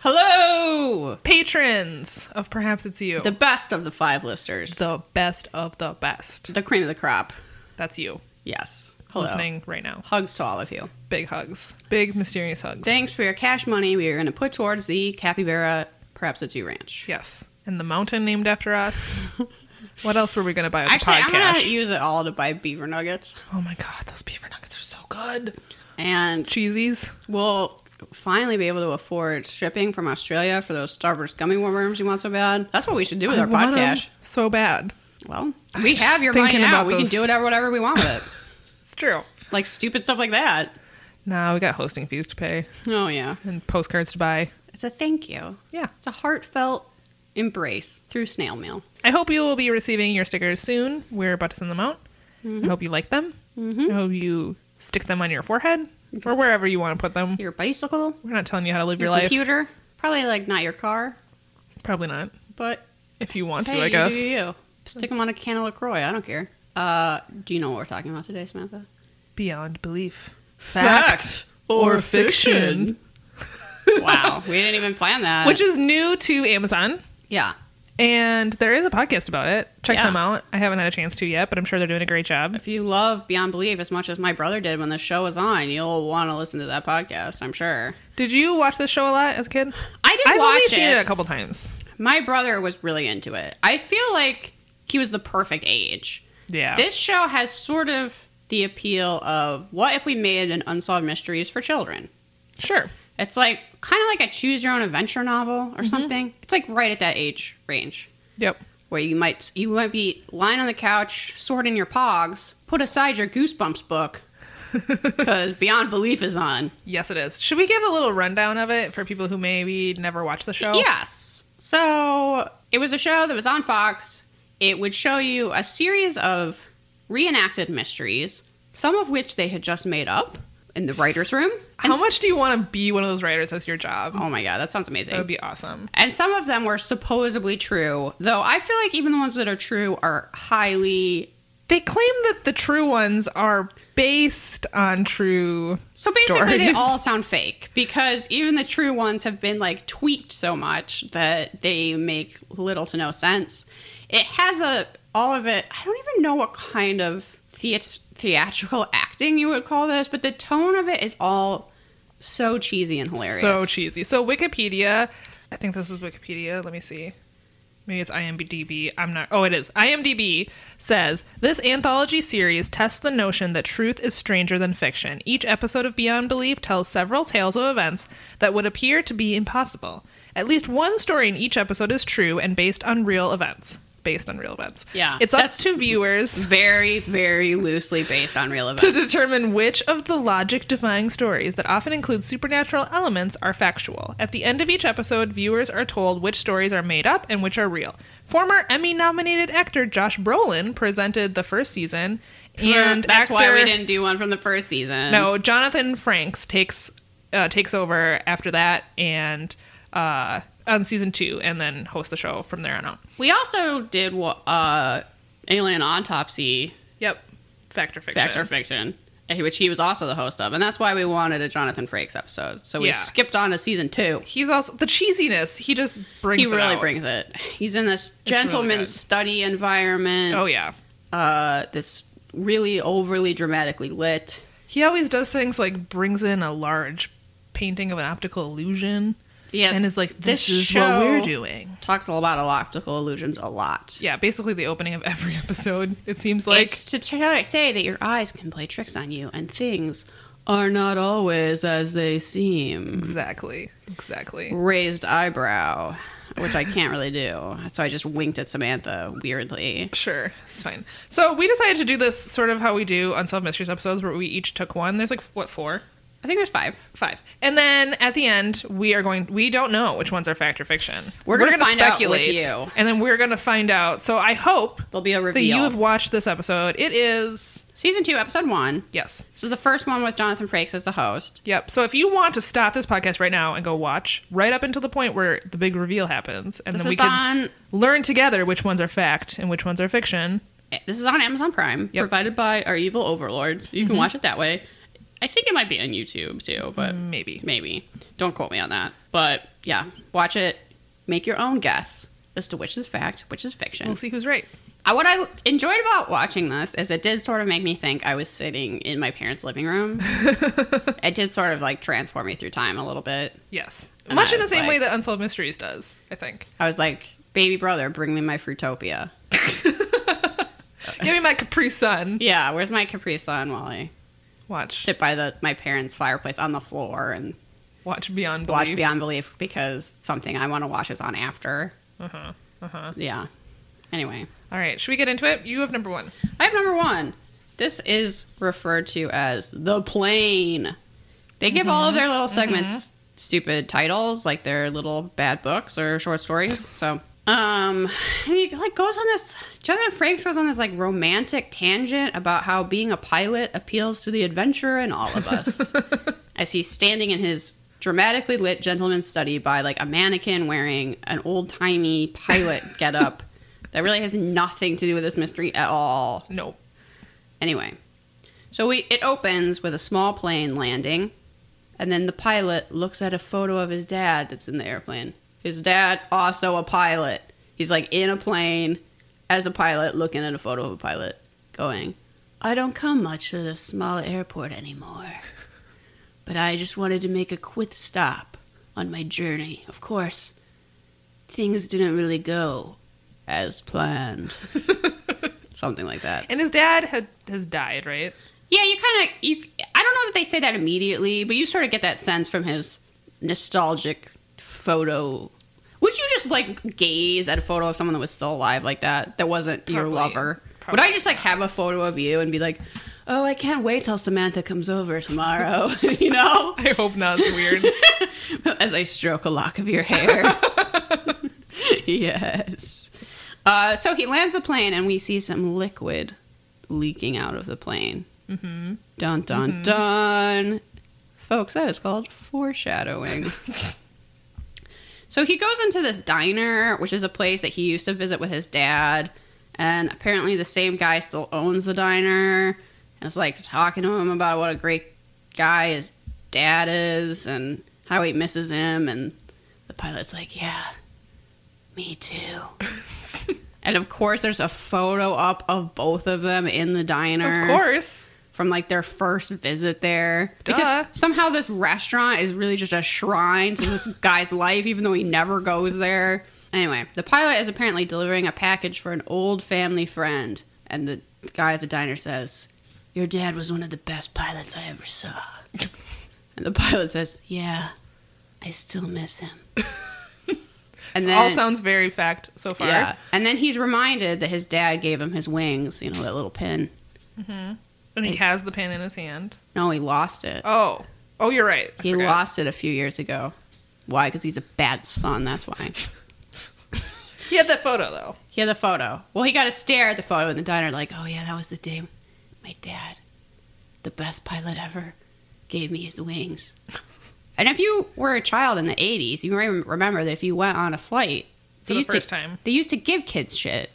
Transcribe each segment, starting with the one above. Hello, patrons of Perhaps It's You. The best of the five listers. The, the best of the best. cream of the crop. That's you Yes. Hello. listening right now. Hugs to all of you. Big hugs. Big mysterious hugs. Thanks for your cash money we are going to put towards the Capybara Perhaps It's You Ranch. yes. And the mountain named after us. what else were we going to buy with Actually, the I'm going podcast? to use it all to buy beaver nuggets. oh my God, those beaver nuggets are so good. And Cheesies. we'll finally be able to afford shipping from Australia for those Starburst gummy worms you want so bad. That's what we should do with I our want 'em podcast. So bad. Well, we just have your money thinking now. about We those- can do whatever, whatever we want with it. It's true. like stupid stuff like that. Now we got hosting fees to pay Oh, yeah. and postcards to buy. It's a thank you. Yeah. It's a heartfelt embrace through snail mail. I hope you will be receiving your stickers soon. We're about to send them out. Mm-hmm. I hope you like them. I hope you stick them on your forehead or wherever you want to put them. Your bicycle, We're not telling you how to live your, your, life. computer, probably like not your car, Probably not. but If you want to, hey, I you guess. do you. Stick them on a can of LaCroix. I don't care. Uh, do you know what we're talking about today, Samantha? Beyond belief. Fact or fiction? wow, we didn't even plan that. Which is new to Amazon. yeah, And there is a podcast about it. Check Yeah. them out. I haven't had a chance to yet, but I'm sure they're doing a great job. if you love Beyond Belief as much as my brother did when the show was on, you'll want to listen to that podcast. I'm sure. Did you watch this show a lot as a kid? I did I've only watch seen it. it. a couple times. My brother was really into it. I feel like he was the perfect age. Yeah. This show has sort of the appeal of what if we made an unsolved mysteries for children? Sure. It's like kind of like a choose your own adventure novel or something. It's like right at that age range Yep. where you might you might be lying on the couch, sorting your pogs, put aside your goosebumps book because Beyond Belief is on. Yes, it is. Should we give a little rundown of it for people who maybe never watched the show? Yes. So it was a show that was on Fox. It would show you a series of reenacted mysteries, some of which they had just made up in the writer's room. And How much do you want to be one of those writers as your job? Oh my God, that sounds amazing. That would be awesome. and some of them were supposedly true, though I feel like even the ones that are true are highly. They claim that the true ones are based on true So basically, stories. they all sound fake because even the true ones have been like tweaked so much that they make little to no sense. It has a all of it. I don't even know what kind of theat- theatrical acting you would call this, but the tone of it is all so cheesy and hilarious. so cheesy. So Wikipedia, I think this is Wikipedia. Let me see. Maybe it's IMDb. I'm not. Oh, it is. IMDb says this anthology series tests the notion that truth is stranger than fiction. Each episode of Beyond Belief tells several tales of events that would appear to be impossible. At least one story in each episode is true and based on real events. Based on real events. Yeah, It's up that's- to viewers very, very loosely based on real events. to determine which of the logic defying stories that often include supernatural elements are factual. At the end of each episode, viewers are told which stories are made up and which are real. Former Emmy nominated actor Josh Brolin presented the first season, and that's actor, why we didn't do one from the first season. No, Jonathan Franks takes uh, takes over after that and uh, on season two, and then hosts the show from there on out. we also did wa- uh, Alien Autopsy Yep, fact or fiction. Fact or Fiction, eh, which he was also the host of, and that's why we wanted a Jonathan Frakes episode. So we Yeah. skipped on to season two. He's also the cheesiness. He just brings. He it really out. brings it. He's in this really gentleman's good. study environment. Oh yeah. uh, this really overly dramatically lit. He always does things like brings in a large painting of an optical illusion. Yeah, And is like, this, this is what we're show- doing. Talks about optical illusions a lot. Yeah, basically the opening of every episode, it seems like. it's to try, say that your eyes can play tricks on you and things are not always as they seem. exactly. Exactly. raised eyebrow, which I can't really do. So I just winked at Samantha weirdly. Sure. It's fine. So we decided to do this sort of how we do Unsolved Mysteries episodes where we each took one. There's like, what, four? I think there's five. Five. And then at the end, we are going, we don't know which ones are fact or fiction. We're gonna find out with you. And then we're going to find out. So I hope There'll be a that you reveal. have watched this episode. It is, Season two, episode one. yes, This is the first one with Jonathan Frakes as the host. Yep. So if you want to stop this podcast right now and go watch right up until the point where the big reveal happens, and This then we is can on learn together which ones are fact and which ones are fiction. this is on Amazon Prime, Yep. Mm-hmm. provided by our evil overlords. You can watch it that way. I think it might be on YouTube too, but Maybe. maybe. Don't quote me on that. But yeah, watch it. Make your own guess as to which is fact, which is fiction. We'll see who's right. I, what I enjoyed about watching this is it did sort of make me think I was sitting in my parents' living room. it did sort of like transform me through time a little bit. Yes. And Much I in the was same like- way that Unsolved Mysteries does, I think. I was like, baby brother, bring me my Fruitopia. Give me my Capri Sun. Yeah, where's my Capri Sun while I Watch. sit by the my parents' fireplace on the floor and Watch Beyond Belief. watch Beyond Belief because something I want to watch is on after. Uh huh. Uh huh. Yeah. Anyway, All right. Should we get into it? You have number one. I have number one. This is referred to as the plane. They give all of their little segments stupid titles, like their little bad books or short stories. So, um, and he like goes on this. Jonathan Franks goes on this like romantic tangent about how being a pilot appeals to the adventurer in all of us, as he's standing in his dramatically lit gentleman's study by like a mannequin wearing an old timey pilot getup. That really has nothing to do with this mystery at all. No. Anyway, so we it opens with a small plane landing, and then the pilot looks at a photo of his dad that's in the airplane. His dad also a pilot. He's like in a plane as a pilot looking at a photo of a pilot going, "I don't come much to this small airport anymore." But I just wanted to make a quick stop on my journey. Of course, things didn't really go as planned. Something like that. And his dad had has died, right? Yeah, you kind of you. I don't know that they say that immediately, but you sort of get that sense from his nostalgic photo. Would you just like gaze at a photo of someone that was still alive like that, that wasn't your Probably- lover? Would probably I just like have a photo of you and be like, "Oh, I can't wait till Samantha comes over tomorrow," you know, I hope not. It's weird. as I stroke a lock of your hair? yes. Uh, so he lands the plane, and we see some liquid leaking out of the plane. Dun dun Mm-hmm. dun. Folks, that is called foreshadowing. so he goes into this diner, which is a place that he used to visit with his dad, and apparently the same guy still owns the diner and is like talking to him about what a great guy his dad is and how he misses him and the pilot's like, Yeah, me too. and of course there's a photo up of both of them in the diner of course. from like their first visit there Duh. because somehow this restaurant is really just a shrine to this guy's life even though he never goes there anyway the pilot is apparently delivering a package for an old family friend and the guy at the diner says your dad was one of the best pilots i ever saw and the pilot says yeah i still miss him and All sounds very fact so far. yeah and then he's reminded that his dad gave him his wings you know that little pin And he has the pen in his hand. no he lost it Oh. Oh, you're right. I He forgot. lost it a few years ago. Why? Because he's a bad son. That's why. He had that photo though. He had the photo. Well, he got a stare at the photo in the diner, like, oh yeah, that was the day my dad, the best pilot ever, gave me his wings. And if you were a child in the 80s, you may remember that if you went on a flight, For the used first to, time. Mm-hmm. They used to give kids shit.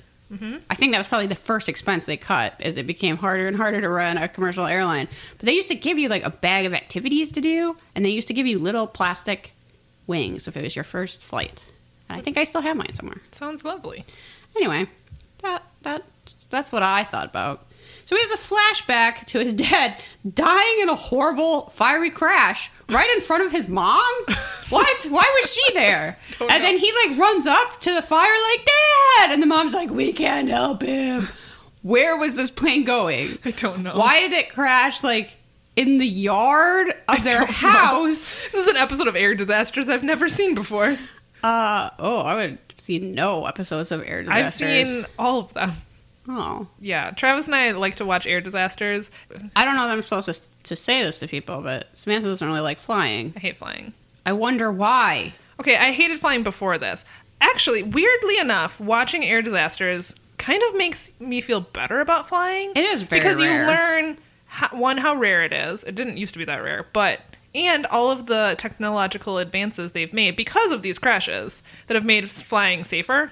I think that was probably the first expense they cut as it became harder and harder to run a commercial airline. But they used to give you like a bag of activities to do, and they used to give you little plastic wings if it was your first flight. And I think I still have mine somewhere. Sounds lovely. Anyway, that that that's what I thought about. So he has a flashback to his dad dying in a horrible fiery crash right in front of his mom. What? Why was she there? Don't And then know. he like runs up to the fire like dad, and the mom's like, "We can't help him." Where was this plane going? I don't know. Why did it crash like in the yard of their don't know. house? This is an episode of Air Disasters I've never seen before. Uh oh, I would see no episodes of Air I've Disasters. seen all of them. oh. Yeah, Travis and I like to watch air disasters. I don't know that I'm supposed to, to say this to people, but Samantha doesn't really like flying. I hate flying. I wonder why. Okay, I hated flying before this. Actually, weirdly enough, watching air disasters kind of makes me feel better about flying. It is very because rare. you learn how, one how rare it is. It didn't used to be that rare, but and all of the technological advances they've made because of these crashes that have made flying safer.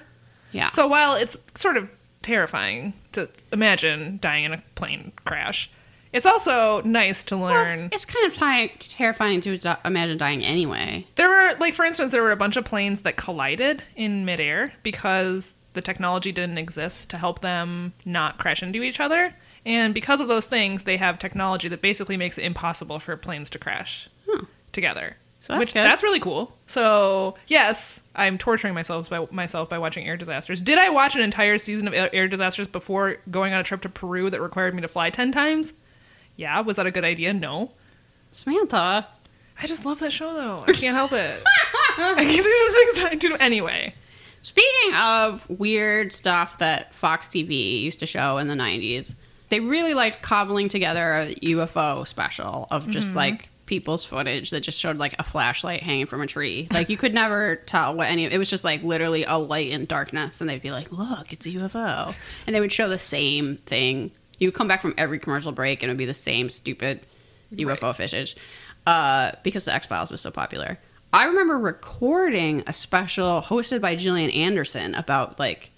Yeah. So while it's sort of terrifying to imagine dying in a plane crash, It's also nice to learn. Well, it's, it's kind of ty- terrifying to di- imagine dying anyway. There were, like, for instance, there were a bunch of planes that collided in midair because the technology didn't exist to help them not crash into each other. And because of those things, they have technology that basically makes it impossible for planes to crash Huh. together. Hmm. So that's which good. that's really cool. So yes, I'm torturing myself by myself by watching air disasters. Did I watch an entire season of air air disasters before going on a trip to Peru that required me to fly ten times? Yeah, was that a good idea? No. Samantha, I just love that show though. I can't help it. I can't, these are things I do anyway. Speaking of weird stuff that Fox TV used to show in the 90s, they really liked cobbling together a UFO special of just like people's footage that just showed like a flashlight hanging from a tree. Like you could never tell what any it was just like literally a light in darkness and they'd be like, "Look, it's a UFO." And they would show the same thing. You would come back from every commercial break and it would be the same stupid UFO footage uh, because the X Files was so popular. I remember recording a special hosted by Gillian Anderson about like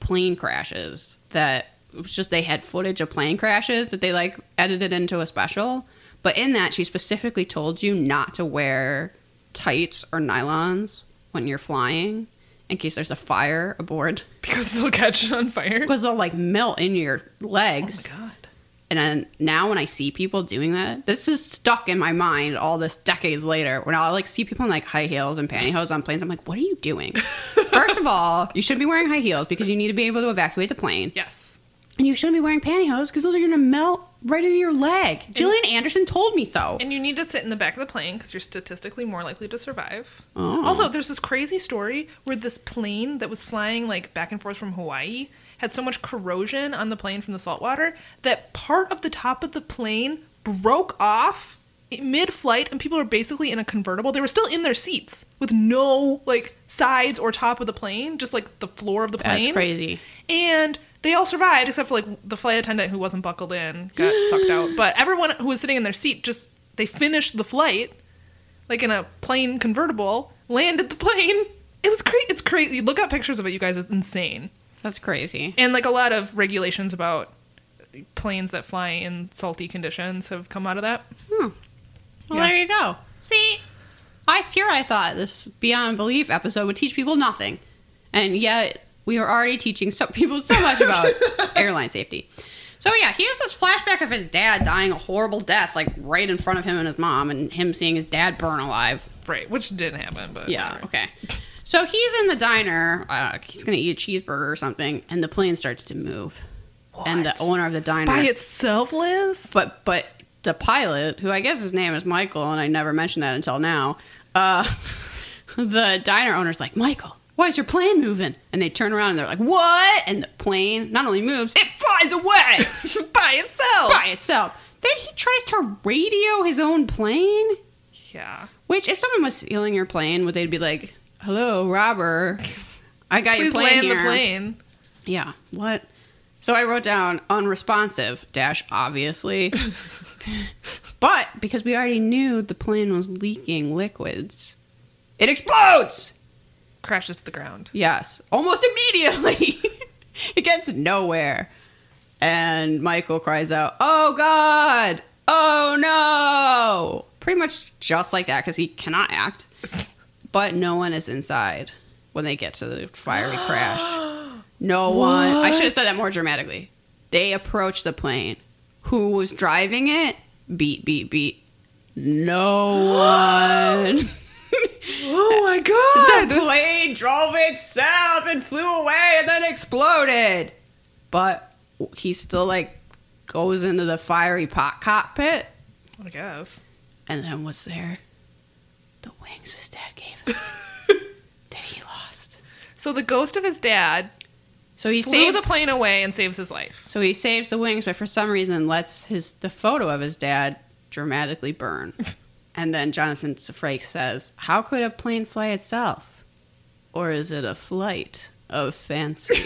plane crashes that it was just they had footage of plane crashes that they like edited into a special. But in that, she specifically told you not to wear tights or nylons when you're flying in case there's a fire aboard Because they'll catch on fire. Oh because they'll like melt in your legs. God. And then now when I see people doing that, this is stuck in my mind all this decades later. When I like see people in like high heels and pantyhose on planes, I'm like, what are you doing? First of all, you shouldn't be wearing high heels because you need to be able to evacuate the plane. Yes. And you shouldn't be wearing pantyhose because those are going to melt right into your leg. Jillian Anderson told me so. And you need to sit in the back of the plane because you're statistically more likely to survive. Oh. Also, there's this crazy story where this plane that was flying like back and forth from Hawaii had so much corrosion on the plane from the salt water that part of the top of the plane broke off mid-flight and people were basically in a convertible they were still in their seats with no like sides or top of the plane just like the floor of the That's plane crazy. and they all survived except for like the flight attendant who wasn't buckled in got sucked out but everyone who was sitting in their seat just they finished the flight like in a plane convertible landed the plane it was crazy it's crazy look up pictures of it you guys it's insane That's crazy. and like a lot of regulations about planes that fly in salty conditions have come out of that Hmm. Well, Yeah. there you go. See, I here I thought this Beyond Belief episode would teach people nothing, and yet we are already teaching some people so much about airline safety. So yeah, he has this flashback of his dad dying a horrible death, like right in front of him and his mom, and him seeing his dad burn alive. right which didn't happen but Yeah. whatever. Okay. So he's in the diner. Uh, he's gonna eat a cheeseburger or something, and the plane starts to move. And the What? owner of the diner by itself liz but but the pilot, who I guess his name is Michael, and I never mentioned that until now, uh, the diner owner's like, Michael, why is your plane moving? And they turn around and they're like, What? And the plane not only moves, it flies away by itself by itself. Then he tries to radio his own plane, yeah which if someone was stealing your plane, would they be like, Hello, robber, I got your please plane land here. the plane Yeah. What? So I wrote down unresponsive dash obviously. but because we already knew the plane was leaking liquids, it explodes. crashes to the ground Yes, almost immediately. it gets nowhere. And Michael cries out, "Oh god! Oh no!" Pretty much just like that cuz he cannot act. But no one is inside when they get to the fiery crash. No one. I should have said that more dramatically. They approach the plane. Who was driving it? Beat, beat, beat. No one. Oh my god! The plane drove itself and flew away and then exploded. But he still like goes into the fiery pot cockpit I guess. and then what's there? The wings his dad gave him that he lost. So the ghost of his dad So he flew saves the plane away and saves his life. So he saves the wings, but for some reason lets his the photo of his dad dramatically burn. and then Jonathan Frakes says, "How could a plane fly itself, or is it a flight of fancy?"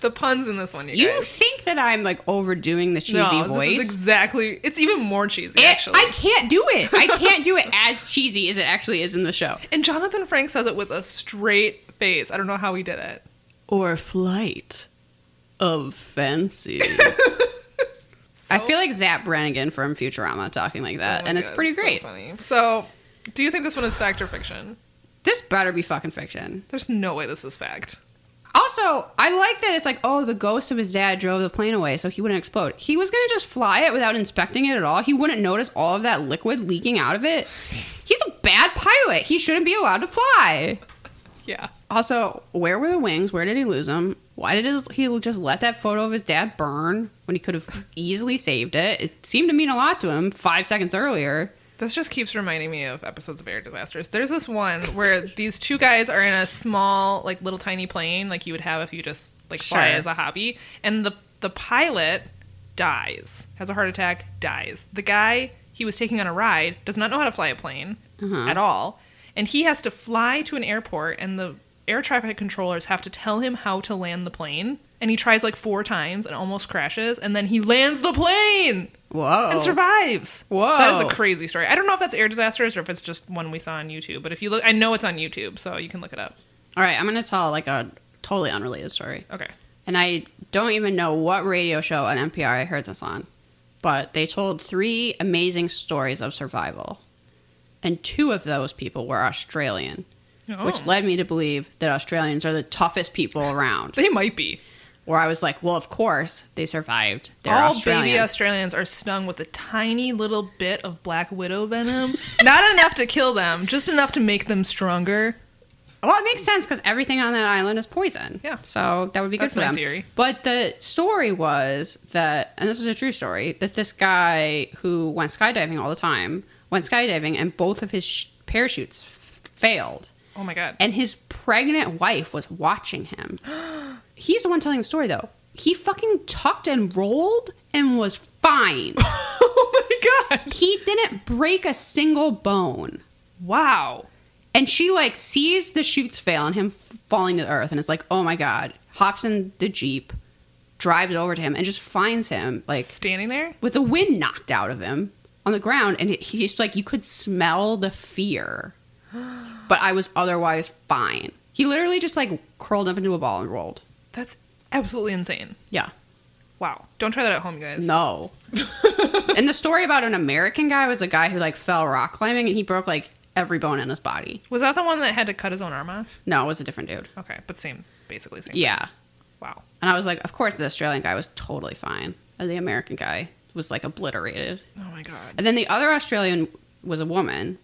The puns in this one, you, you guys. think that I'm like overdoing the cheesy no, voice? this is exactly. It's even more cheesy, It- actually. I can't do it. I can't do it as cheesy as it actually is in the show. and Jonathan Frank says it with a straight face. I don't know how he did it. Or flight of fancy. I feel like Zap Brannigan from Futurama talking like that, Oh my Uh, and it's God, pretty so great. funny. So, do you think this one is fact or fiction? this better be fucking fiction. There's no way this is fact. Also, I like that it's like, oh, the ghost of his dad drove the plane away so he wouldn't explode. He was gonna just fly it without inspecting it at all. He wouldn't notice all of that liquid leaking out of it. He's a bad pilot. He shouldn't be allowed to fly. Yeah. Also, where were the wings? Where did he lose them? Why did his, he just let that photo of his dad burn when he could have easily saved it? It seemed to mean a lot to him five seconds earlier. This just keeps reminding me of episodes of air disasters. There's this one where these two guys are in a small, like little tiny plane, like you would have if you just like fly Sure. as a hobby, and the the pilot dies, has a heart attack, dies. The guy he was taking on a ride does not know how to fly a plane at all, and he has to fly to an airport, and the air traffic controllers have to tell him how to land the plane, and he tries like four times and almost crashes, and then he lands the plane Whoa. and survives. Oh. Whoa. that is a crazy story. I don't know if that's air disasters or if it's just one we saw on YouTube. But if you look, I know it's on YouTube, so you can look it up. All right, I'm gonna tell like a totally unrelated story. Okay, and I don't even know what radio show on NPR I heard this on, but they told three amazing stories of survival. And two of those people were Australian, which Oh. led me to believe that Australians are the toughest people around. they might be. Where I was like, well, of course they survived. They're All Australian. baby Australians are stung with a tiny little bit of black widow venom. Not enough to kill them, just enough to make them stronger. Well, it makes sense because everything on that island is poison. Yeah. So that would be good That's for my them. theory. But the story was that, and this is a true story, that this guy who went skydiving all the time went skydiving and both of his sh- parachutes f- failed. Oh my god. And his pregnant wife was watching him. He's the one telling the story, though. He fucking tucked and rolled and was fine. oh my god. he didn't break a single bone. Wow. And she like sees the shoots fail and him f- falling to the earth and is like, "Oh my god!" Hops in the jeep, drives over to him, and just finds him like Standing there. with the wind knocked out of him on the ground. And he- he's like, you could smell the fear, but I was otherwise fine. He literally just like curled up into a ball and rolled. That's absolutely insane. Yeah, Wow. Don't try that at home, you guys. no. and the story about an American guy was a guy who like fell rock climbing and he broke like every bone in his body. Was that the one that had to cut his own arm off? No, it was a different dude. Okay, but same, basically same. Yeah. Wow. And I was like, of course, the Australian guy was totally fine. And the American guy was like obliterated. Oh my god. And then the other Australian was a woman,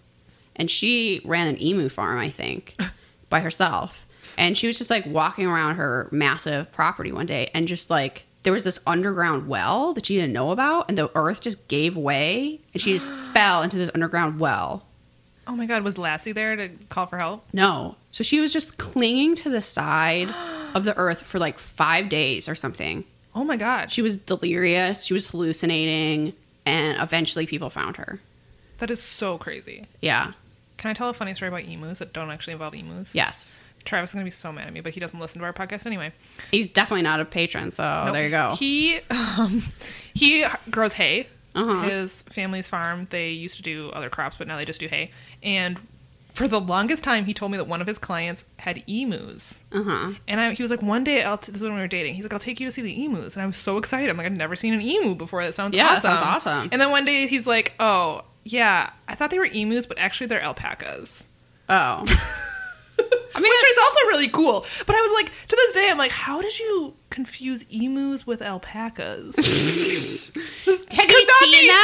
and she ran an emu farm, I think, by herself. And she was just like walking around her massive property one day, and just like there was this underground well that she didn't know about, and the earth just gave way, and she just fell into this underground well. Oh my god. Was Lassie there to call for help? No. So she was just clinging to the side of the earth for like five days or something. Oh my god. She was delirious. She was hallucinating, and eventually people found her. That is so crazy. Yeah. Can I tell a funny story about emus that don't actually involve emus? Yes. Travis is going to be so mad at me, but he doesn't listen to our podcast anyway. He's definitely not a patron, so Nope. Oh, there you go. He um, he grows hay. Uh-huh. His family's farm. They used to do other crops, but now they just do hay. And for the longest time, he told me that one of his clients had emus. uh huh. And I, he was like, one day, I'll t- this is when we were dating. He's like, I'll take you to see the emus. And I was so excited. I'm like, I've never seen an emu before. That sounds Yeah, that awesome. sounds awesome. And then one day he's like, oh, yeah, I thought they were emus, but actually they're alpacas. Oh. I mean, Which that's- is also really cool. But I was like, to this day, I'm like, how did you confuse emus with alpacas? Had you seen them?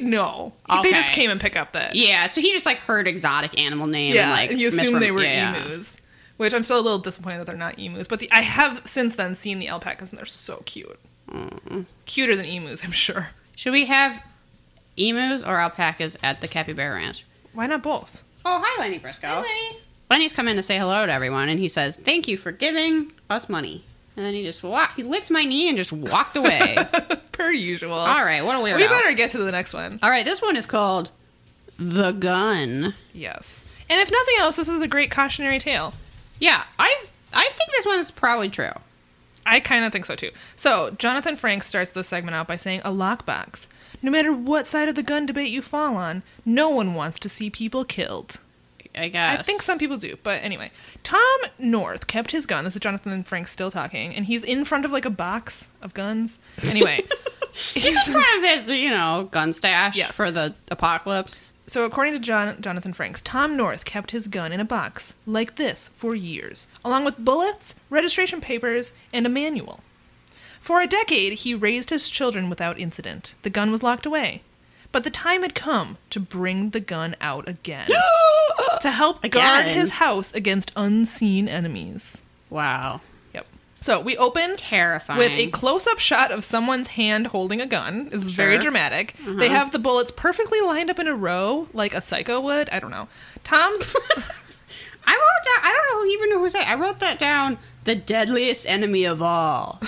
them? no. They just Okay. came and picked up that. Yeah. So he just like heard exotic animal name. Yeah, And, like you assumed misrem- they were yeah, yeah. emus, which I'm still a little disappointed that they're not emus. But the, I have since then seen the alpacas, and they're so cute. Mm-hmm. Cuter than emus, I'm sure. Should we have emus or alpacas at the Capybara Ranch? Why not both? Oh, hi, Lenny Briscoe. Lenny's come in to say hello to everyone, and he says, "Thank you for giving us money." And then he just walked. He licked my knee and just walked away. Per usual. All right, what a weirdo. We better get to the next one. All right, this one is called "The Gun." Yes. And if nothing else, this is a great cautionary tale. Yeah, I I think this one is probably true. I kind of think so too. So, Jonathan Frank starts this segment out by saying a lockbox. No matter what side of the gun debate you fall on, no one wants to see people killed. I guess. I think some people do, but anyway. Tom North kept his gun. This is Jonathan Frank still talking, and he's in front of like a box of guns. Anyway, He's in front of his, you know, gun stash Yes. for the apocalypse. So, according to John, Jonathan Franks, Tom North kept his gun in a box like this for years, along with bullets, registration papers, and a manual. For a decade, he raised his children without incident. The gun was locked away. But the time had come to bring the gun out again to help guard Again? his house against unseen enemies. Wow. Yep. So, we open Terrifying. with a close-up shot of someone's hand holding a gun. It's very Sure. Uh-huh. dramatic. They have the bullets perfectly lined up in a row, like a psycho would. I don't know. Tom's I wrote down, I don't know even know who said it. I wrote that down. The deadliest enemy of all.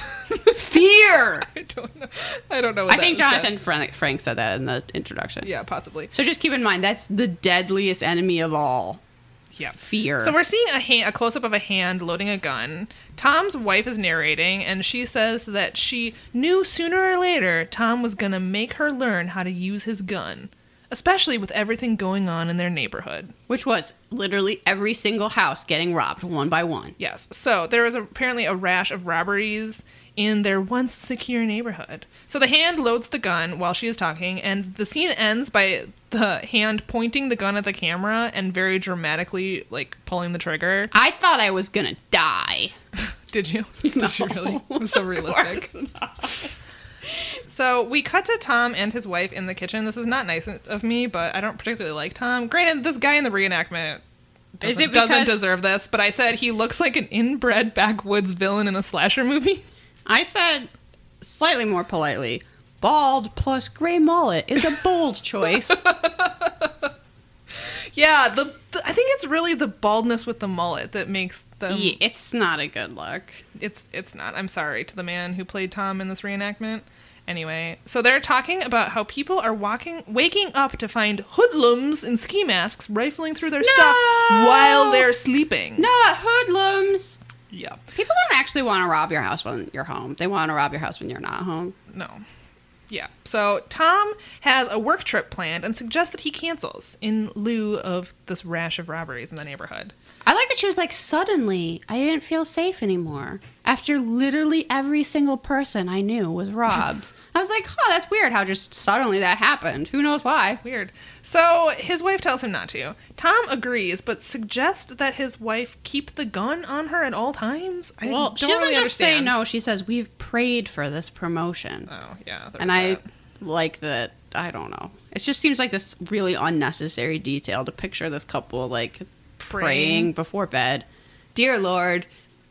Fear. I don't know. I don't know. What I that think said. Jonathan Frank, Frank said that in the introduction. Yeah, possibly. So just keep in mind, that's the deadliest enemy of all. Yeah. Fear. So we're seeing a hand, a close-up of a hand loading a gun. Tom's wife is narrating, and she says that she knew sooner or later Tom was gonna make her learn how to use his gun, especially with everything going on in their neighborhood. Which was literally every single house getting robbed one by one. Yes. So there was apparently a rash of robberies in their once secure neighborhood. So the hand loads the gun while she is talking, and the scene ends by the hand pointing the gun at the camera and very dramatically, like, pulling the trigger. I thought I was gonna die. Did you? Did you really? It was so realistic. course So we cut to Tom and his wife in the kitchen. This is not nice of me, but I don't particularly like Tom. Granted, this guy in the reenactment Is doesn't- it because- doesn't deserve this, but I said he looks like an inbred backwoods villain in a slasher movie. I said slightly more politely, bald plus gray mullet is a bold choice. Yeah, the, the I think it's really the baldness with the mullet that makes them. Yeah, it's not a good look. It's it's not. I'm sorry to the man who played Tom in this reenactment. Anyway, so they're talking about how people are walking, waking up to find hoodlums in ski masks rifling through their stuff No! while they're sleeping. No, hoodlums. Yeah, People don't actually want to rob your house when you're home. They want to rob your house when you're not home. no. Yeah. So Tom has a work trip planned and suggests that he cancels in lieu of this rash of robberies in the neighborhood. I like that she was like, suddenly, I didn't feel safe anymore after literally every single person I knew was robbed. I was like, oh, that's weird how just suddenly that happened. Who knows why? Weird. So his wife tells him not to. Tom agrees, but suggests that his wife keep the gun on her at all times. I Well, don't she doesn't really just say understand. no. She says, we've prayed for this promotion. Oh yeah, and I like that. I don't know. It just seems like this really unnecessary detail to picture this couple like praying, Praying. before bed. Dear Lord,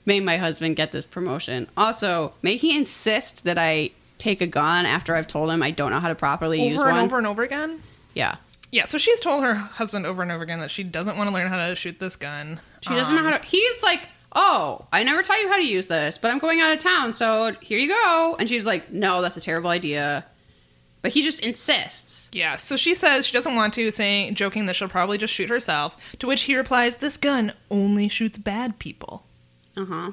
may my husband get this promotion. Also, may he insist that I take a gun after I've told him I don't know how to properly use over and one. over and over again. Yeah. Yeah, so she's told her husband over and over again that she doesn't want to learn how to shoot this gun. Um, She doesn't know how to. He's like, oh, I never taught you how to use this, but I'm going out of town, so here you go. And she's like, no, that's a terrible idea. But he just insists. Yeah, so she says she doesn't want to, saying joking that she'll probably just shoot herself. To which he replies, "This gun only shoots bad people." Uh huh.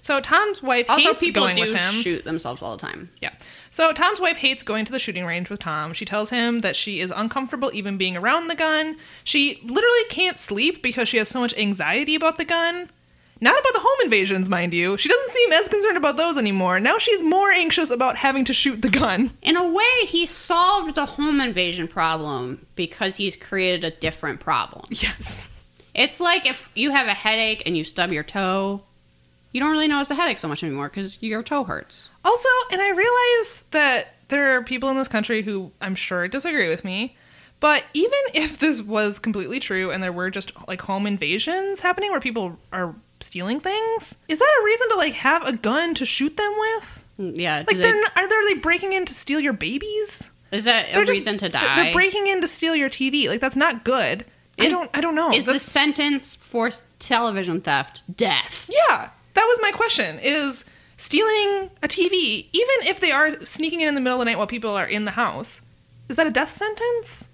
So Tom's wife Also, hates people going do with him. shoot themselves all the time. Yeah. So Tom's wife hates going to the shooting range with Tom. She tells him that she is uncomfortable even being around the gun. She literally can't sleep because she has so much anxiety about the gun. Not about the home invasions, mind you. She doesn't seem as concerned about those anymore. Now she's more anxious about having to shoot the gun. In a way, he solved the home invasion problem because he's created a different problem. Yes. It's like if you have a headache and you stub your toe, you don't really notice the headache so much anymore because your toe hurts. Also, and I realize that there are people in this country who I'm sure disagree with me, but even if this was completely true and there were just like home invasions happening where people are stealing things, is that a reason to like have a gun to shoot them with? Mm, Yeah. do Like, they- they're not, are they are they breaking in to steal your babies? is that a They're just- reason to they're- die? They're breaking in to steal your TV. Like that's not good. I Is- don't. I don't know. Is the That's- sentence for s- television theft death? Yeah, that was my question. Is stealing a TV, even if they are sneaking in in the middle of the night while people are in the house, is that a death sentence?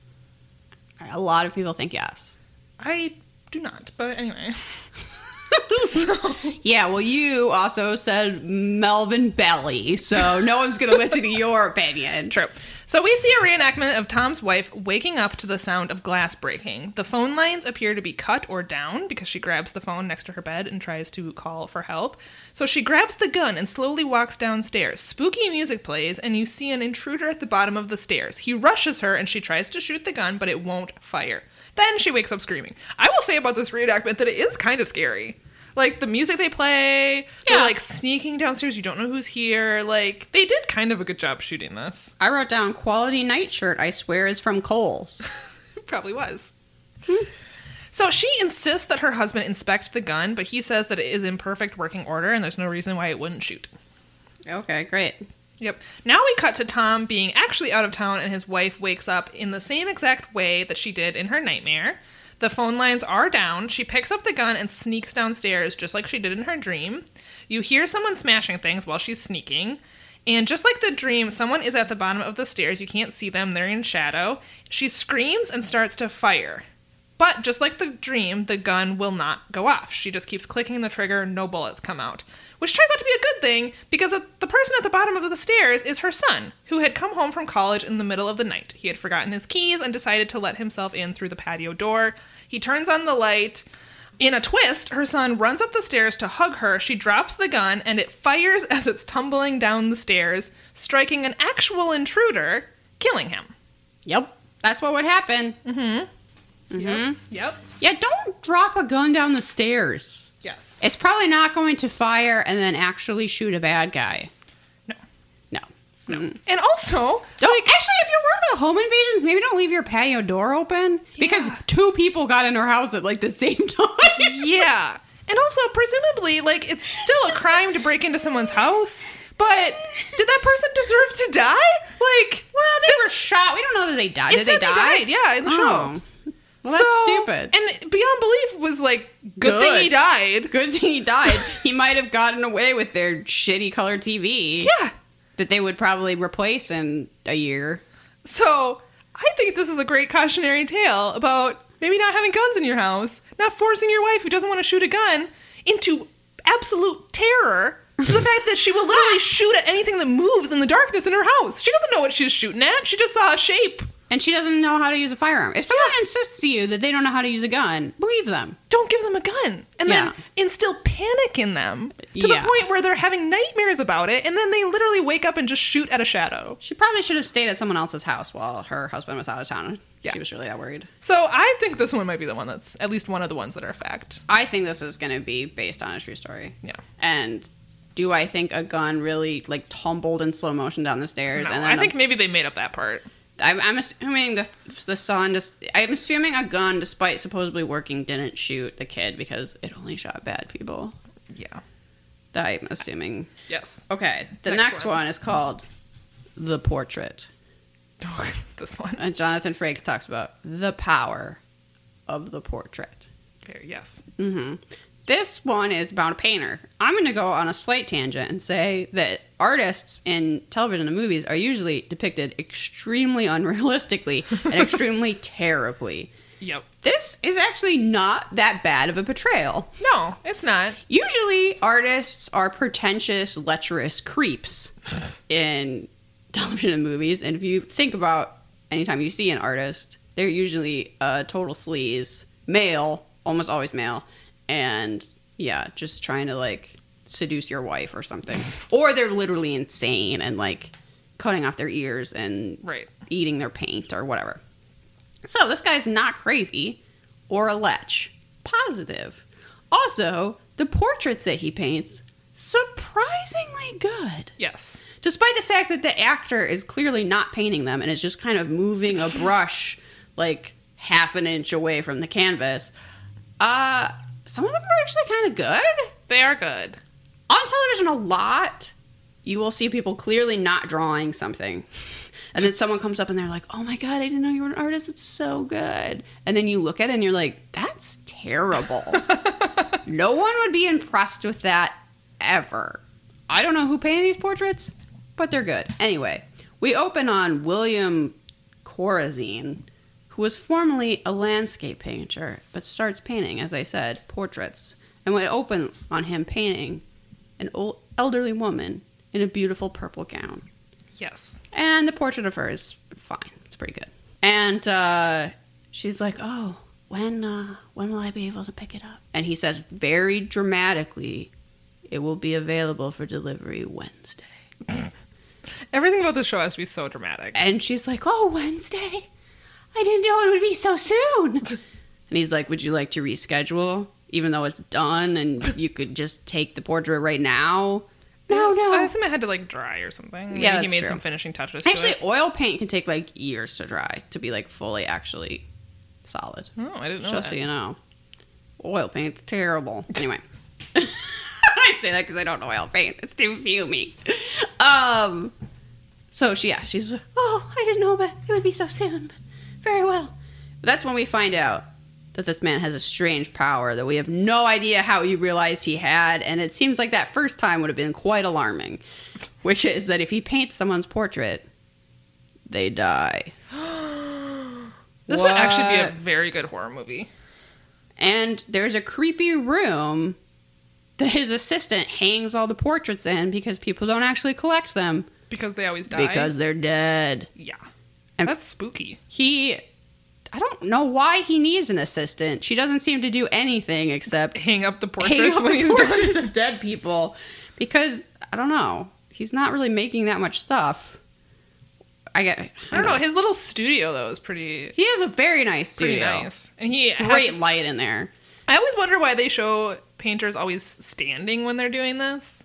A lot of people think yes. I do not, but anyway. yeah, well, you also said Melvin Belly, so no one's going to listen to your opinion. True. So we see a reenactment of Tom's wife waking up to the sound of glass breaking. The phone lines appear to be cut or down because she grabs the phone next to her bed and tries to call for help. So she grabs the gun and slowly walks downstairs. Spooky music plays, and you see an intruder at the bottom of the stairs. He rushes her, and she tries to shoot the gun, but it won't fire. Then she wakes up screaming. I will say about this reenactment that it is kind of scary. Like the music they play, they're Yeah. like sneaking downstairs. You don't know who's here. Like they did kind of a good job shooting this. I wrote down quality nightshirt, I swear, is from Cole's. Probably was. So she insists that her husband inspect the gun, but he says that it is in perfect working order and there's no reason why it wouldn't shoot. Okay, great. Yep. Now we cut to Tom being actually out of town and his wife wakes up in the same exact way that she did in her nightmare. The phone lines are down. She picks up the gun and sneaks downstairs just like she did in her dream. You hear someone smashing things while she's sneaking. And just like the dream, someone is at the bottom of the stairs. You can't see them, they're in shadow. She screams and starts to fire. But just like the dream, the gun will not go off. She just keeps clicking the trigger, no bullets come out. Which turns out to be a good thing because at- the person at the bottom of the stairs is her son, who had come home from college in the middle of the night. He had forgotten his keys and decided to let himself in through the patio door. He turns on the light. In a twist, her son runs up the stairs to hug her. She drops the gun and it fires as it's tumbling down the stairs, striking an actual intruder, killing him. Yep, that's what would happen. Yep. Yeah, don't drop a gun down the stairs. Yes. It's probably not going to fire and then actually shoot a bad guy. no. No. No. And also, Don't, actually, if you're worried about home invasions, maybe don't leave your patio door open because Yeah. two people got in her house at like the same time. yeah. And also, presumably, like, it's still a crime to break into someone's house, but did that person deserve to die? Like, Well, they this- were shot. We don't know that they died. It Did they said die? died, yeah, in the show. Oh. Well, that's So- stupid. And Beyond Belief was like, good, thing he Good. died. Good thing he died. he might have gotten away with their shitty color TV Yeah. that they would probably replace in a year. So I think this is a great cautionary tale about maybe not having guns in your house, not forcing your wife who doesn't want to shoot a gun into absolute terror to the fact that she will literally shoot at anything that moves in the darkness in her house. She doesn't know what she's shooting at. She just saw a shape. And she doesn't know how to use a firearm. If someone insists to you that they don't know how to use a gun, believe them. Don't give them a gun and Yeah. then instill panic in them to Yeah. the point where they're having nightmares about it and then they literally wake up and just shoot at a shadow. She probably should have stayed at someone else's house while her husband was out of town. Yeah. She was really that worried. So I think this one might be the one that's at least one of the ones that are a fact. I think this is going to be based on a true story. Yeah. And do I think a gun really like tumbled in slow motion down the stairs? No, and I the- think maybe they made up that part. I'm, I'm assuming the the son just. I'm assuming a gun, despite supposedly working, didn't shoot the kid because it only shot bad people. Yeah. That I'm assuming. Yes. Okay, the Next next, one. one. is called the portrait, this one. and Jonathan Frakes talks about the power of the portrait. Very yes. hmm This one is about a painter. I'm going to go on a slight tangent and say that artists in television and movies are usually depicted extremely unrealistically and extremely terribly. Yep. this is actually not that bad of a portrayal. No, it's not. Usually, artists are pretentious, lecherous creeps in television and movies. And if you think about anytime you see an artist, they're usually a total sleaze, male, almost always male, and yeah, just trying to like seduce your wife or something. or they're literally insane and like cutting off their ears and Right. eating their paint or whatever. So this guy's not crazy or a lech. Positive. Also, the portraits that he paints surprisingly good. Yes. Despite the fact that the actor is clearly not painting them and is just kind of moving a brush like half an inch away from the canvas, uh some of them are actually kind of good They are good. on television a lot you will see people clearly not drawing something and then someone comes up and they're like oh my god i didn't know you were an artist it's so good and then you look at it and you're like that's terrible no one would be impressed with that ever i don't know who painted these portraits but they're good anyway we open on william corazine who was formerly a landscape painter but starts painting as i said portraits and it opens on him painting an old elderly woman in a beautiful purple gown. Yes. And the portrait of her is fine. It's pretty good. And uh, she's like, "Oh, when uh, when will I be able to pick it up?" And he says very dramatically, "It will be available for delivery Wednesday." Everything about this show has to be so dramatic. And she's like, "Oh, Wednesday? I didn't know it would be so soon." and he's like, "Would you like to reschedule?" Even though it's done and you could just take the portrait right now. No, Yes, no. I assume it had to like dry or something. Maybe Yeah, he that's made true. some finishing touches Actually, to it. oil paint can take like years to dry to be like fully actually solid. Oh, I didn't know Just so that. you know, oil paint's terrible. Anyway, I say that because I don't oil paint. It's too fumey. Um, so she, yeah, she's oh, I didn't know, but it would be so soon. But very well. That's when we find out that this man has a strange power that we have no idea how he realized he had, and it seems like that first time would have been quite alarming, which is that if he paints someone's portrait, they die. This would actually be What? a very good horror movie. And there's a creepy room that his assistant hangs all the portraits in because people don't actually collect them Because they always die. because they're dead. Yeah. And- That's spooky. He I don't know why he needs an assistant. She doesn't seem to do anything except Hang up the portraits hang up when the he's done. portraits of dead people because I don't know. He's not really making that much stuff. I get I don't know. His little studio though is pretty He has a very nice pretty studio. nice. And he has- Great light in there. I always wonder why they show painters always standing when they're doing this.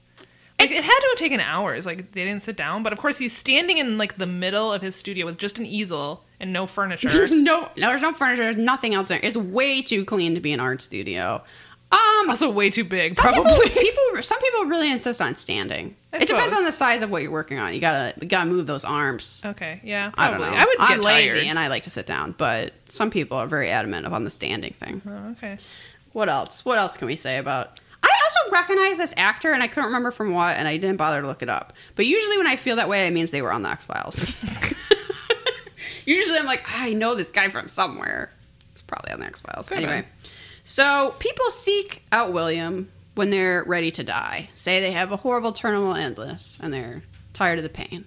Like it had to have taken hours. Like they didn't sit down, but of course he's standing in like the middle of his studio with just an easel and no furniture. There's no, no, there's no furniture. There's nothing else there. It's way too clean to be an art studio. Um, also way too big, some people- probably. people, some people really insist on standing. I it depends suppose. on the size of what you're working on. You gotta, you gotta move those arms. Okay, yeah, I probably. don't know. I, would get I'm lazy tired. and I like to sit down, but some people are very adamant about the standing thing. oh, okay, What else? What else can we say about? I also recognize this actor, and I couldn't remember from what, and I didn't bother to look it up. But usually, when I feel that way, it means they were on the X Files. usually, I'm like, I know this guy from somewhere. It's probably on the X Files. Could've Anyway, been. so people seek out William when they're ready to die. Say they have a horrible terminal illness and they're tired of the pain.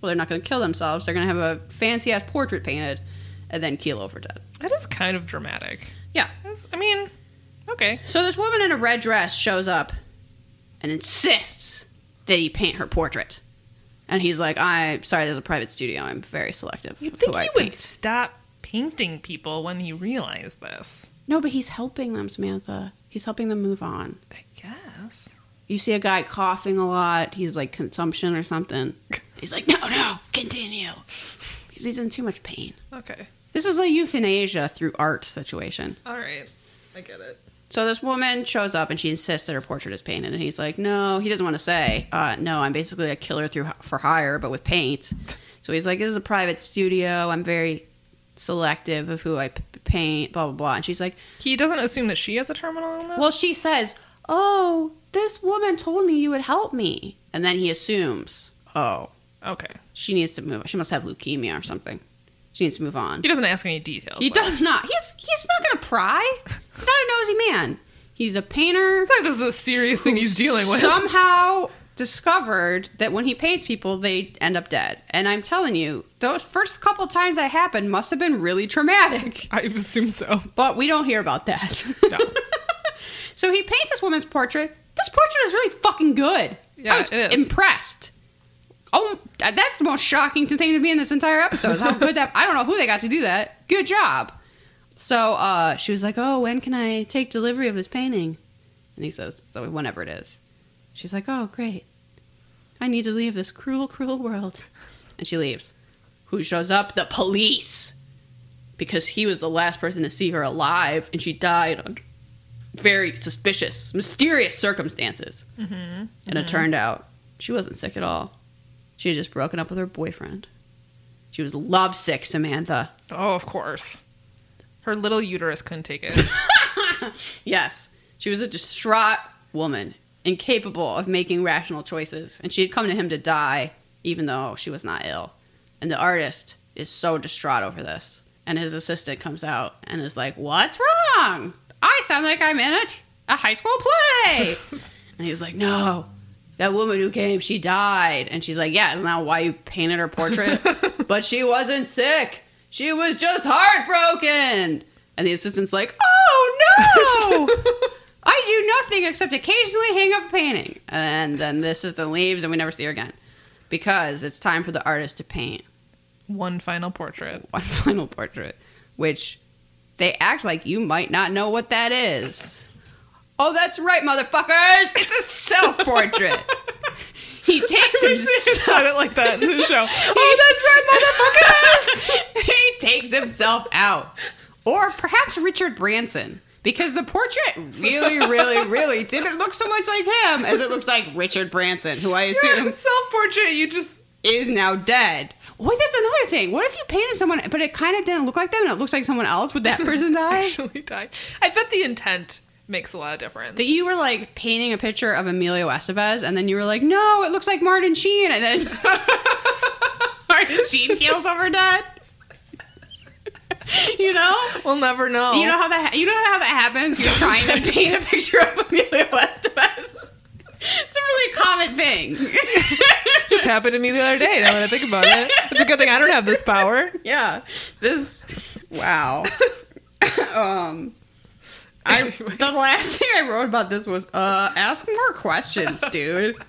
Well, they're not going to kill themselves. They're going to have a fancy ass portrait painted, and then keel over dead. that is kind of dramatic. Yeah. That's, I mean, okay, So this woman in a red dress shows up and insists that he paint her portrait. And he's like, I'm sorry, there's a private studio. I'm very selective. you'd of think who I he would paint." stop painting people when he realized this. No, but he's helping them, Samantha. He's helping them move on. I guess. You see a guy coughing a lot. He's like consumption or something. He's like, no, no, continue. Because he's in too much pain. Okay, This is a euthanasia through art situation. all right, I get it. So this woman shows up and she insists that her portrait is painted, and he's like, "No, he doesn't want to say. Uh, no, I'm basically a killer through for hire, but with paint." So he's like, "This is a private studio. I'm very selective of who I p- paint." Blah blah blah. And she's like, He doesn't assume that she has a terminal illness. "Well, she says, oh, this woman told me you would help me," and then he assumes, "Oh, okay, she needs to move. She must have leukemia or something. She needs to move on." he doesn't ask any details. He though. does not. He's he's not gonna pry. He's not a nosy man. He's a painter. It's like this is a serious thing he's dealing with. somehow discovered that when he paints people, they end up dead. And I'm telling you, those first couple times that happened must have been really traumatic. I assume so. But we don't hear about that. No. so he paints this woman's portrait. This portrait is really fucking good. Yeah, I was it is. impressed. Oh, that's the most shocking thing to me in this entire episode. Is how good that I don't know who they got to do that. Good job. So uh, she was like, "Oh, when can I take delivery of this painting?" And he says, "So whenever it is." She's like, "Oh, great. I need to leave this cruel, cruel world." And she leaves. Who shows up? The police. Because he was the last person to see her alive, and she died under very suspicious, mysterious circumstances. And it turned out she wasn't sick at all. She had just broken up with her boyfriend. She was lovesick, Samantha. Oh, of course. Her little uterus couldn't take it. Yes, she was a distraught woman, incapable of making rational choices, and she had come to him to die, even though she was not ill. And the artist is so distraught over this. And his assistant comes out and is like, What's wrong? I sound like I'm in a t- a high school play. and he's like, no, that woman who came, she died. And she's like, yeah, isn't that why you painted her portrait? but she wasn't sick. She was just heartbroken. And the assistant's like, oh no! I do nothing except occasionally hang up a painting. And then the assistant leaves and we never see her again. Because it's time for the artist to paint One final portrait. one final portrait, which they act like you might not know what that is. Oh, that's right, motherfuckers! It's a self portrait! he takes It himself. sounded like that in the show. Oh, that's right, motherfuckers! he takes himself out. Or perhaps Richard Branson. Because the portrait really, really, really didn't look so much like him as it looked like Richard Branson, who I assume self portrait. You just is now dead. Wait, that's another thing. What if you painted someone, but it kind of didn't look like them, and it looks like someone else? Would that person die? actually die. I bet the intent makes a lot of difference. That you were like painting a picture of Emilio Estevez, and then you were like, "No, it looks like Martin Sheen," and then Martin Sheen heals over dead. you know, we'll never know. you know how that you know how that happens. You're trying to Sometimes. paint a picture of Emilio Estevez. It's a really common thing. just happened to me the other day. Now that I think about it, it's a good thing I don't have this power. yeah this wow um I, Anyway. the last thing I wrote about this was uh ask more questions, dude.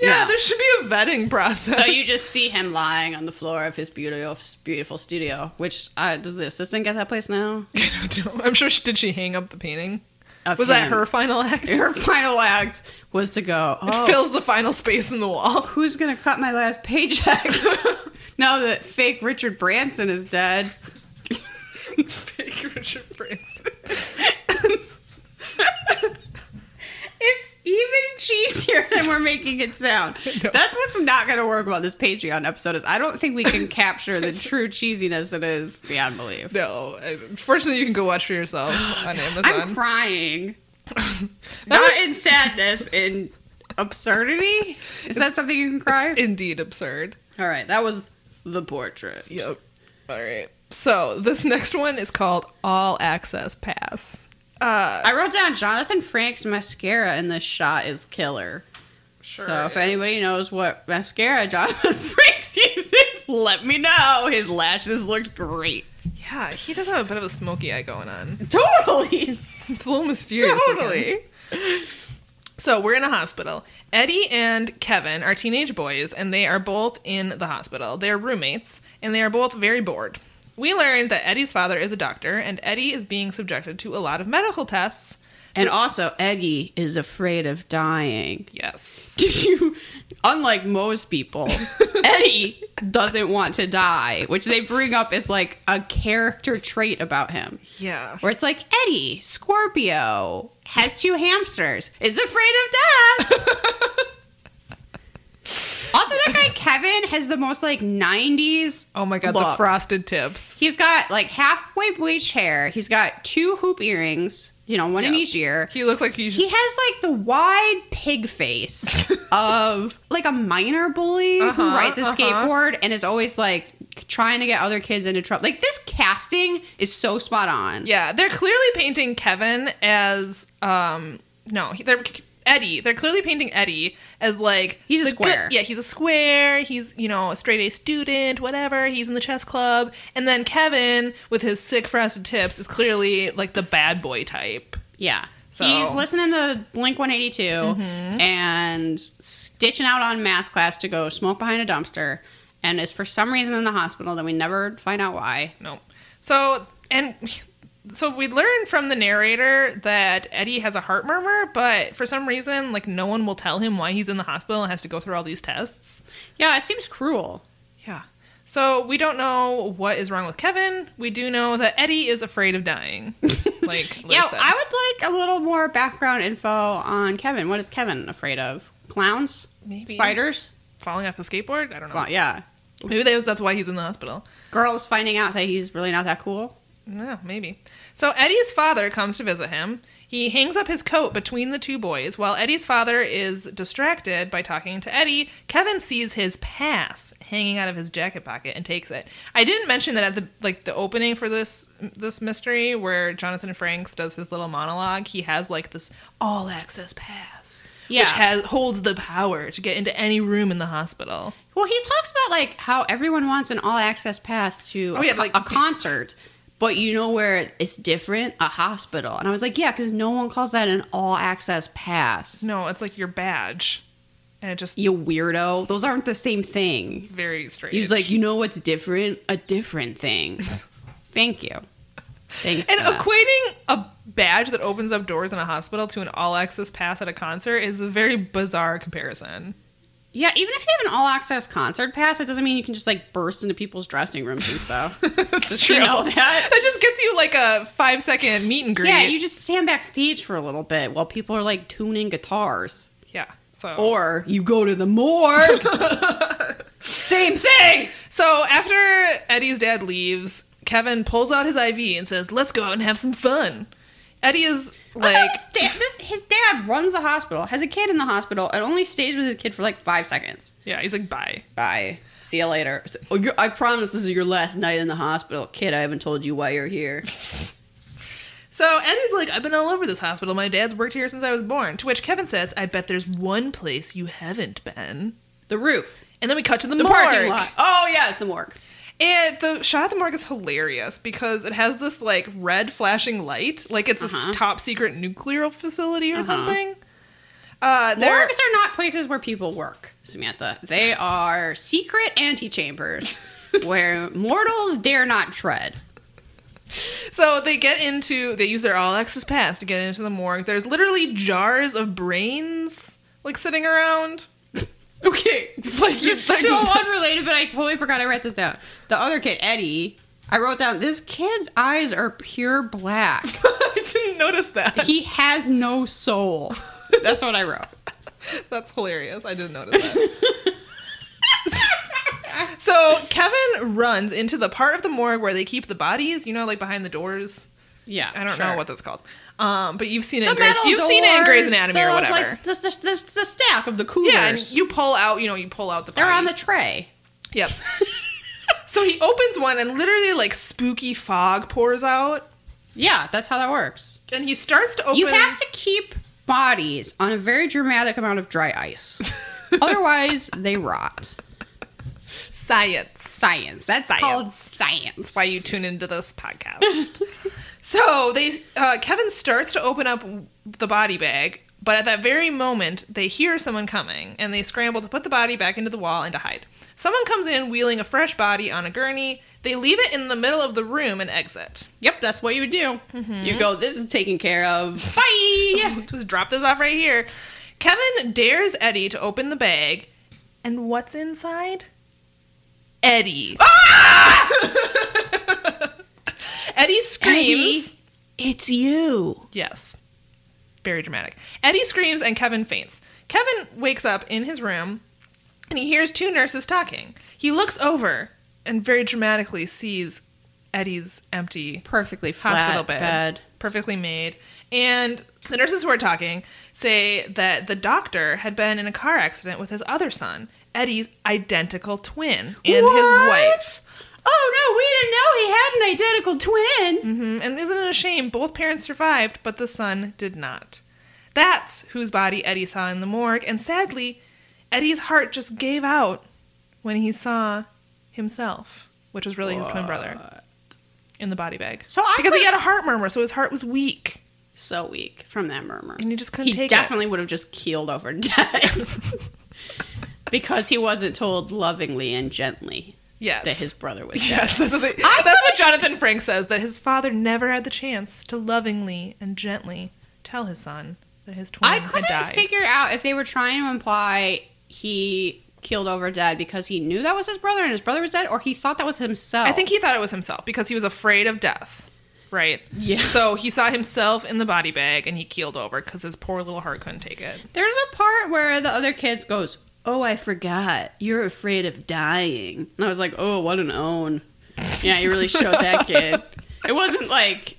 Yeah, Yeah. there should be a vetting process. so you just see him lying on the floor of his beautiful beautiful studio, which uh, does the assistant get that place now? I don't know. I'm sure. She, did she hang up the painting? Of Was that him. her final act? Her final act was to go, "Oh, Fills the final space in the wall. who's going to cut my last paycheck?" now that fake Richard Branson is dead. Fake Richard Branson. It's even cheesier than we're making it sound. know. That's what's not going to work about this Patreon episode is I don't think we can capture the true cheesiness that is Beyond Belief. No, I- fortunately, you can go watch for yourself on I'm Amazon. crying. That Not was in sadness, in absurdity. Is that something you can cry? indeed absurd. All right, that was the portrait. Yep. All right. So this next one is called All Access Pass. Uh, I wrote down Jonathan Frank's mascara in this shot is killer. sure. so if anybody knows what mascara Jonathan Franks uses, let me know. His lashes looked great. Yeah, he does have a bit of a smoky eye going on. Totally. It's a little mysterious. again. Totally. So we're in a hospital. Eddie and Kevin are teenage boys, and they are both in the hospital. They're roommates, and they are both very bored. We learned that Eddie's father is a doctor, and Eddie is being subjected to a lot of medical tests. And also, Eggy is afraid of dying. Yes. Did you, unlike most people, Eddie doesn't want to die, which they bring up as like a character trait about him. Yeah. Where it's like, Eddie, Scorpio, has two hamsters, is afraid of death. also, that guy Kevin has the most like 90s. Oh my god, the look. frosted tips. He's got like halfway bleached hair. He's got two hoop earrings, you know, one in Yeah. each ear. He looks like he's He has like the wide pig face of like a minor bully who Uh-huh, rides a uh-huh. skateboard and is always like trying to get other kids into trouble. Like this casting is so spot on. Yeah, they're clearly painting Kevin as um no, he- they're Eddie. They're clearly painting Eddie as like He's a the square. yeah, he's a square. He's you know a straight A student, whatever. He's in the chess club, and then Kevin with his sick frosted tips is clearly like the bad boy type. Yeah. So- Mm-hmm. He's listening to Blink 182 and stitching out on math class to go smoke behind a dumpster and is for some reason in the hospital that we never find out why. No, so and. So we learn from the narrator that Eddie has a heart murmur, but for some reason, like no one will tell him why he's in the hospital and has to go through all these tests. Yeah, it seems cruel. Yeah. So we don't know what is wrong with Kevin. We do know that Eddie is afraid of dying. Like, Yeah, listen. I would like a little more background info on Kevin. What is Kevin afraid of? Clowns? Maybe. Spiders? falling off the skateboard. I don't know. Well, yeah. Maybe they, that's why he's in the hospital. Girls finding out that he's really not that cool. No, maybe. So Eddie's father comes to visit him. He hangs up his coat between the two boys. While Eddie's father is distracted by talking to Eddie, Kevin sees his pass hanging out of his jacket pocket and takes it. I didn't mention that at the like the opening for this this mystery where Jonathan Franks does his little monologue, he has like this all access pass. Yeah. Which has holds the power to get into any room in the hospital. Well, he talks about like how everyone wants an all access pass to Oh, a, yeah, co- like- a concert, but you know where it's different? A hospital. And I was like, yeah, because no one calls that an all access pass. No, it's like your badge. And it just You weirdo. Those aren't the same thing. it's very strange. He was like, you know what's different? A different thing. Thank you. Thanks. And for that. equating a badge that opens up doors in a hospital to an all access pass at a concert is a very bizarre comparison. yeah, even if you have an all access concert pass, it doesn't mean you can just like burst into people's dressing rooms and stuff. Does she know that? That just gets you like a five second meet and greet. Yeah, you just stand backstage for a little bit while people are like tuning guitars. yeah. So Or you go to the morgue. Same thing. So after Eddie's dad leaves, Kevin pulls out his IV and says, "Let's go out and have some fun." Eddie is Like like, his, da- this, his dad runs the hospital, has a kid in the hospital, and only stays with his kid for like five seconds. yeah, he's like, "Bye." Bye. See you later. S- oh, you're- I promise this is your last night in the hospital, kid. I haven't told you why you're here. So Eddie's like, I've been all over this hospital. My dad's worked here since I was born. To which Kevin says, I bet there's one place you haven't been. The roof, And then we cut to the, the morgue. parking lot. Oh yeah, it's the morgue. And the shot at the morgue is hilarious because it has this like red flashing light, like it's a Uh-huh. s- top secret nuclear facility or Uh-huh. something. Uh, there, Morgues are not places where people work, Samantha. They are secret antechambers where mortals dare not tread. so they get into, they use their all access pass to get into the morgue. There's literally jars of brains like sitting around. Okay, Like you it's so unrelated, but I totally forgot I wrote this down. The other kid, Eddie, I wrote down this kid's eyes are pure black. I didn't notice that. he has no soul. That's what I wrote. That's hilarious. I didn't notice that. so Kevin runs into the part of the morgue where they keep the bodies, you know, like behind the doors. Yeah, I don't know sure. what that's called. Um, but you've seen it. The in Grey's, metal you've seen it in doors, Grey's Anatomy or those, whatever. Like, this, this, this, the stack of the coolers. yeah, and you pull out. You know, you pull out the. they're body. on the tray. Yep. so he opens one, and literally, like spooky fog pours out, Yeah, that's how that works. and he starts to open. You have to keep bodies on a very dramatic amount of dry ice. Otherwise, they rot. science. Science. That's Science. called science. Why you tune into this podcast? so they, uh, Kevin starts to open up the body bag. But at that very moment, they hear someone coming and they scramble to put the body back into the wall and to hide. Someone comes in wheeling a fresh body on a gurney. They leave it in the middle of the room and exit. Yep, that's what you would do. Mm-hmm. You go, this is taken care of. Bye. Just drop this off right here. Kevin dares Eddie to open the bag, and what's inside? Eddie. Eddie screams. Eddie, it's you. Yes. Very dramatic. Eddie screams and Kevin faints. Kevin wakes up in his room and he hears two nurses talking. He looks over and very dramatically sees Eddie's empty Perfectly flat hospital bed, bed. perfectly made and the nurses who are talking say that the doctor had been in a car accident with his other son eddie's identical twin and What? his wife Oh no, we didn't know he had an identical twin. hmm and isn't it a shame both parents survived but the son did not that's whose body eddie saw in the morgue and sadly eddie's heart just gave out when he saw himself which was really his twin brother in the body bag So I because he could- had a heart murmur so his heart was weak So weak from that murmur. And he just couldn't he take it. definitely would have just keeled over dead. because he wasn't told lovingly and gently Yes. that his brother was dead. Yes, that's what, they- that's what Jonathan Frank says that his father never had the chance to lovingly and gently tell his son that his twin I had couldn't died. figure out if they were trying to imply he killed over dead because he knew that was his brother and his brother was dead, or he thought that was himself. I think he thought it was himself because he was afraid of death, right? Yeah. So he saw himself in the body bag and he keeled over because his poor little heart couldn't take it. there's a part where the other kids goes, "Oh, I forgot. You're afraid of dying," and I was like, "Oh, what an own." Yeah, you really showed that kid. It wasn't like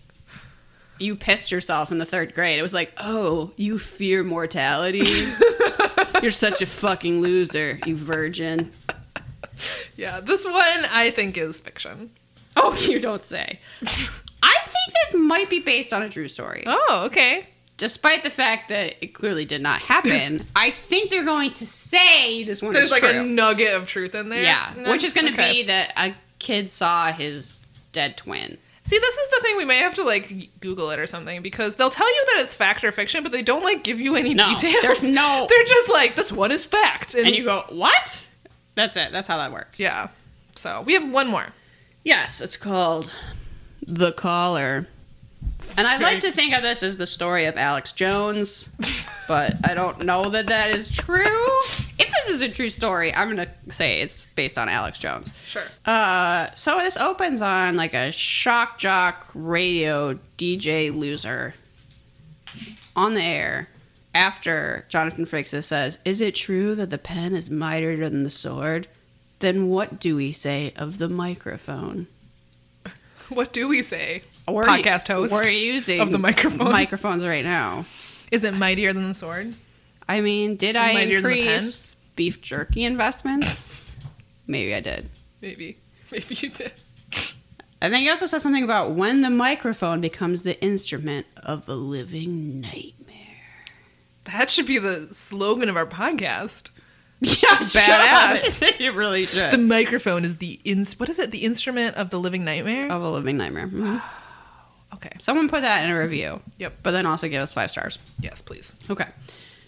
you pissed yourself in the third grade. It was like, oh, you fear mortality. You're such a fucking loser, you virgin. Yeah, this one I think is fiction. Oh, you don't say. I think this might be based on a true story. Oh, okay. Despite the fact that it clearly did not happen, I think they're going to say this one There's is like true. a nugget of truth in there. yeah, Mm, which is going to okay. be that a kid saw his dead twin. See, this is the thing we may have to like Google it or something because they'll tell you that it's fact or fiction, but they don't like give you any No, details. there's no- They're just like this one is fact, and, And you go, what? That's it. That's how that works. yeah. So we have one more. Yes, it's called The Caller. And I like to think of this as the story of Alex Jones, but I don't know that that is true. If this is a true story, I'm going to say it's based on Alex Jones. Sure. Uh, so this opens on like a shock jock radio DJ loser on the air after Jonathan Frakes says, "Is it true that the pen is mightier than the sword? Then what do we say of the microphone?" What do we say? We're- Podcast host. We're using of the microphone. microphones right now. Is it mightier than the sword? I mean, did I mightier than the pen? increase beef jerky investments? Maybe I did. Maybe. Maybe you did. And then he also said something about when the microphone becomes the instrument of a living nightmare. That should be the slogan of our podcast. Yeah, That's badass. sure. it really should. The microphone is the ins. What is it? The instrument of the living nightmare. of a living nightmare. Mhm. Okay. Someone put that in a review. Yep. But then also give us five stars. Yes, please. Okay.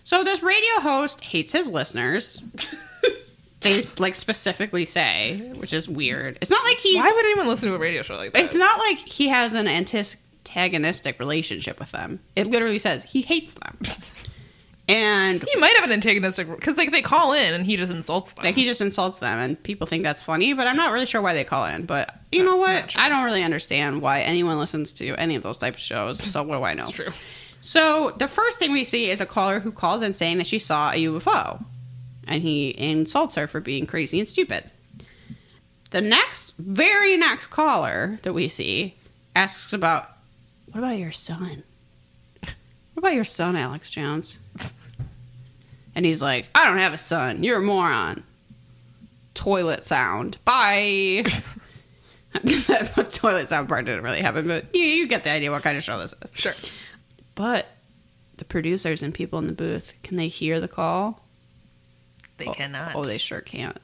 So this radio host hates his listeners. they like specifically say, which is weird. It's not like he's Why would anyone listen to a radio show like that? it's not like he has an antagonistic relationship with them. It literally says he hates them. And He might have an antagonistic because like they call in and he just insults them. Like he just insults them, and people think that's funny. But I'm not really sure why they call in. But you know what? I don't really understand why anyone listens to any of those type of shows. So what do I know? It's true. So the first thing we see is a caller who calls in saying that she saw a UFO, and he insults her for being crazy and stupid. The next, very next caller that we see asks about what about your son? What about your son, Alex Jones? And he's like, I don't have a son. You're a moron. Toilet sound. Bye. that toilet sound part didn't really happen, but you, you get the idea what kind of show this is. Sure. But the producers and people in the booth, can they hear the call? They Oh, cannot. Oh, they sure can't.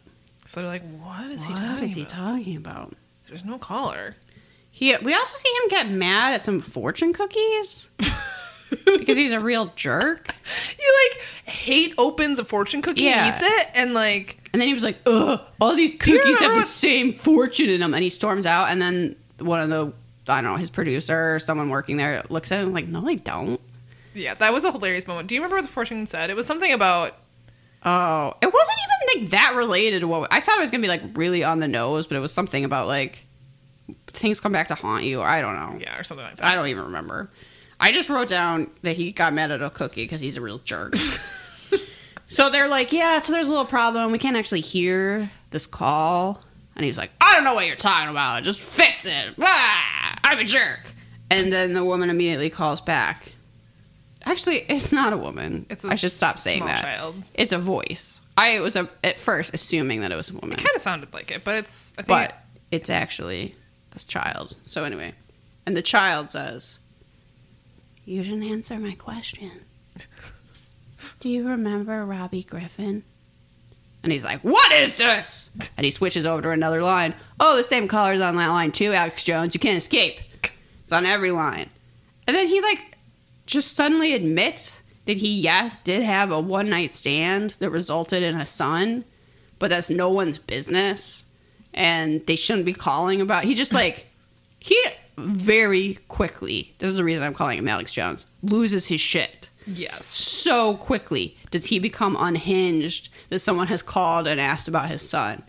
so they're like, what is he What talking is he about? talking about? There's no caller. He, we also see him get mad at some fortune cookies because he's a real jerk. You like hate opens a fortune cookie Yeah. and eats it and like And then he was like, ugh, all these cookies have the everyone- same fortune in them. And he storms out. And then one of the, I don't know, his producer or someone working there looks at him like, no, they don't. yeah, that was a hilarious moment. Do you remember what the fortune said? It was something about Oh, it wasn't even like that related to what I thought it was going to be like really on the nose, but it was something about like things come back to haunt you. Or I don't know. yeah or something like that. I don't even remember. I just wrote down that he got mad at a cookie because he's a real jerk. so they're like, yeah, so there's a little problem. We can't actually hear this call. And he's like, I don't know what you're talking about. Just fix it. Ah, I'm a jerk. And then the woman immediately calls back. Actually, it's not a woman. It's a I should stop saying small that. child. It's a voice. I was a, at first assuming that it was a woman Kind of sounded like it, but it's I think but it's actually a child. So anyway, and the child says, "You didn't answer my question. Do you remember Robbie Griffin?" And he's like, "What is this?" And he switches over to another line. Oh, the same caller's on that line too, Alex Jones. You can't escape. It's on every line. And then he like just suddenly admits that he yes did have a one night stand that resulted in a son, but that's no one's business, and they shouldn't be calling about. He just like he very quickly. This is the reason I'm calling him Alex Jones. Loses his shit yes. so quickly does he become unhinged that someone has called and asked about his son.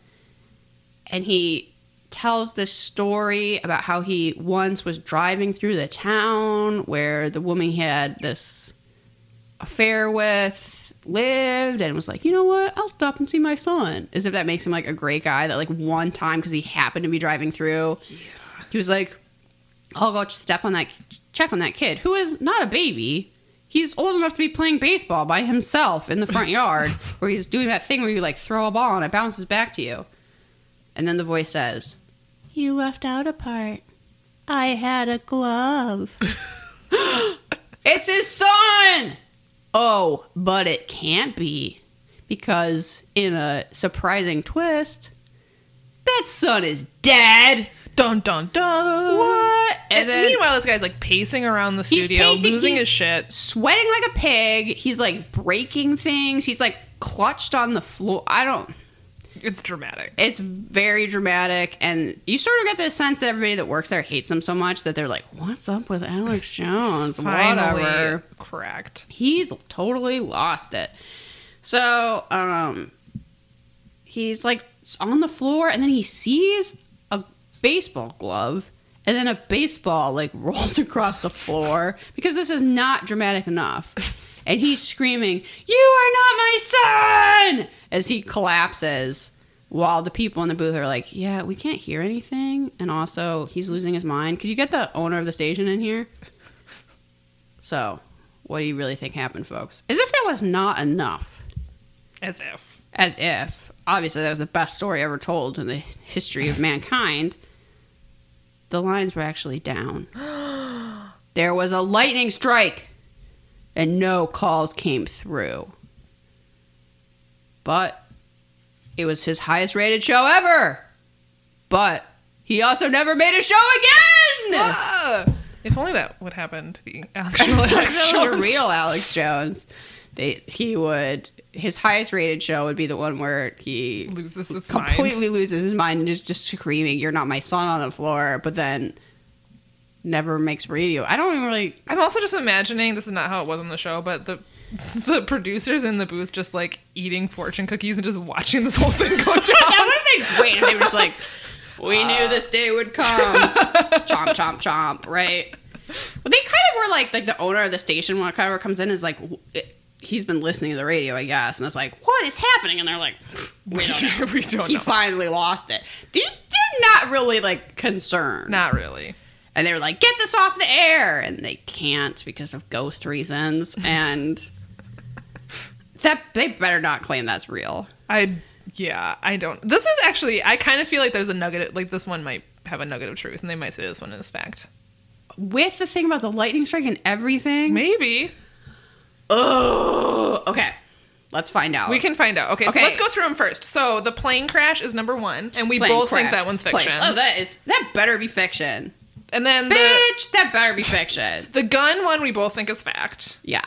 And he tells this story about how he once was driving through the town where the woman he had this affair with lived and was like, you know what? I'll stop and see my son. As if that makes him like a great guy that like one time because he happened to be driving through, he was like, I'll go step on that, check on that kid who is not a baby. He's old enough to be playing baseball by himself in the front yard, where he's doing that thing where you like throw a ball and it bounces back to you. And then the voice says, "You left out a part. I had a glove." it's his son. Oh, but it can't be because in a surprising twist, that son is dead. Dun dun dun. What? And And then meanwhile, this guy's like pacing around the studio, pacing, losing he's- his shit. sweating like a pig. He's like breaking things. He's like clutched on the floor. I don't. It's dramatic. It's very dramatic, and you sort of get the sense that everybody that works there hates him so much that they're like, "What's up with Alex Jones? Finally Whatever." cracked. He's totally lost it. So, um, he's like on the floor, and then he sees a baseball glove, and then a baseball like rolls across the floor because this is not dramatic enough. And he's screaming, You are not my son! as he collapses. While the people in the booth are like, Yeah, we can't hear anything. And also, he's losing his mind. Could you get the owner of the station in here? So, what do you really think happened, folks? As if that was not enough. As if. As if, obviously, that was the best story ever told in the history of mankind. The lines were actually down. there was a lightning strike, and no calls came through. But it was his highest rated show ever. But he also never made a show again! Ah! If only that would happen to the actual Alex Actually, Jones. real Alex Jones. They he would his highest rated show would be the one where he Loses his mind. completely loses his mind and is just screaming, "You're not my son" on the floor, but then never makes radio. I don't even really. I'm also just imagining this is not how it was on the show, but the the producers in the booth just like eating fortune cookies and just watching this whole thing go down. That would have been great if they were just like, "We knew this day would come." chomp, chomp, chomp. Right. Well, they kind of were like like the owner of the station when kind of comes in is like. w- It, He's been listening to the radio, I guess, and it's like, what is happening? And they're like, we don't know. we don't he know. finally lost it. They, they're not really like concerned. not really. And they were like, get this off the air. And they can't because of ghost reasons. And that they better not claim that's real. I yeah, I don't. This is actually I kind of feel like there's a nugget like this one might have a nugget of truth and they might say this one is fact. With the thing about the lightning strike and everything. Maybe. Ugh. Okay. Let's find out. We can find out. Okay, so Okay. let's go through them first. So the plane crash is number one, and we Plane both think crash. that one's Plane- fiction. Oh, that is that better be fiction. And then the Bitch, that better be fiction. the gun one we both think is fact. Yeah.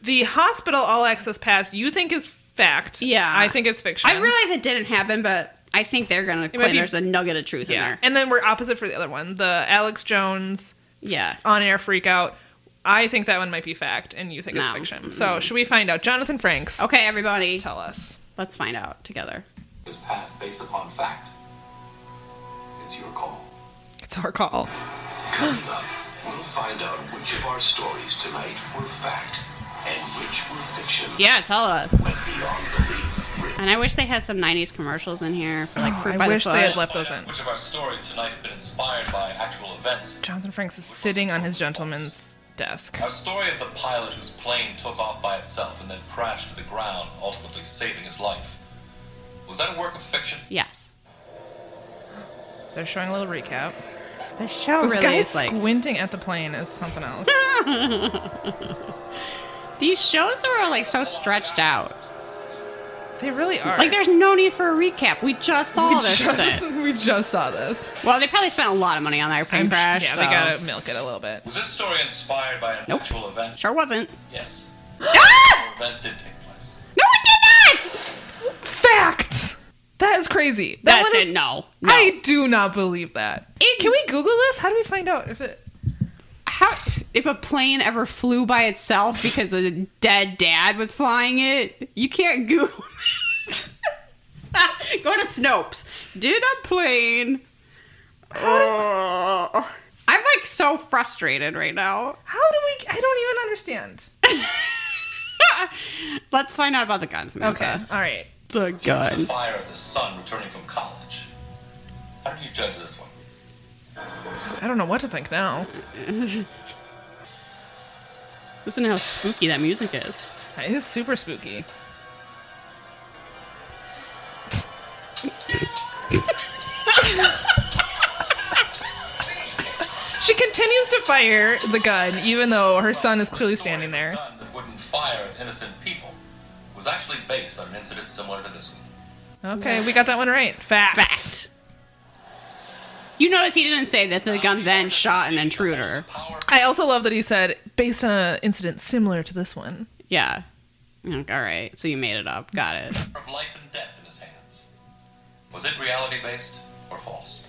The hospital all access pass you think is fact. Yeah. I think it's fiction. I realize it didn't happen, but I think they're gonna claim be- there's a nugget of truth in yeah. there. And then we're opposite for the other one, the Alex Jones Yeah. on air freak out. I think that one might be fact, and you think it's No. Oh. fiction. So should we find out? Jonathan Franks, Okay, everybody, tell us. let's find out together. is passed based upon fact. It's your call. It's our call. Coming up, we'll find out which of our stories tonight were fact and which were fiction. Yeah, tell us. Went beyond belief. Written. And I wish they had some '90s commercials in here for like Oh, fruit I by wish the they foot. had left those in. Which of our stories tonight have been inspired by actual events? Jonathan Franks is sitting on his gentleman's desk. Our story of the pilot whose plane took off by itself and then crashed to the ground, ultimately saving his life. Was that a work of fiction? yes, They're showing a little recap. the show This Oh, really guy is like squinting at the plane is something else. these shows are like so stretched out. they really are. Like, there's no need for a recap. We just saw we this. just, thing. we just saw this. Well, they probably spent a lot of money on that plane I'm- crash. Yeah, so. they gotta milk it a little bit. Was this story inspired by an Nope. actual event? Sure wasn't. Yes. Ah! An event did take place. No, it did not. Facts. That is crazy. That, one did is- no. no. I do not believe that. It- Can we Google this? How do we find out if it? how if a plane ever flew by itself because a dead dad was flying it you can't google it. go to snopes did a plane oh, i'm like so frustrated right now How do we? I don't even understand. let's find out about the guns Okay. Samantha. All right. the The gun fire of the sun returning from college. How did you judge this one? I don't know what to think now. Listen to how spooky that music is. It is super spooky. she continues to fire the gun, even though her son is clearly standing there. The gun that wouldn't fire at innocent people was actually based on an incident similar to this one. Okay, we got that one right. Fact. Fact. You notice he didn't say that the gun then shot an intruder. Power I also love that he said based on an incident similar to this one. Yeah. Like, all right, so you made it up. Got it. of life and death in his hands. Was it reality based or false?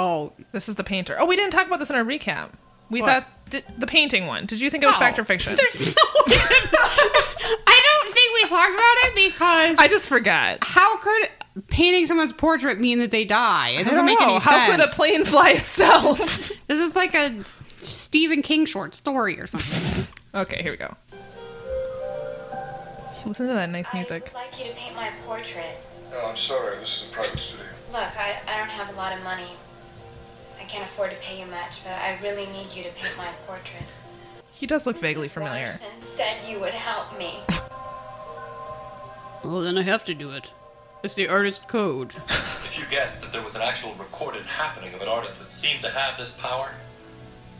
Oh, This is the painter. Oh, we didn't talk about this in our recap. We What? Oh. thought di- the painting one. Did you think it was fact or fiction? There's no way. to- I don't think we talked about it because I just forgot. how could painting someone's portrait mean that they die? It I doesn't don't make know. any How sense. could a plane fly itself? this is like a Stephen King short story or something. okay, here we go. Listen to that nice music. I'd like you to paint my portrait. No, I'm sorry. This is a private studio. Look, I, I don't have a lot of money. I can't afford to pay you much, but I really need you to paint my portrait. He does look vaguely Mrs. familiar. Watterson said you would help me. well, then I have to do it. It's the artist code. If you guessed that there was an actual recorded happening of an artist that seemed to have this power,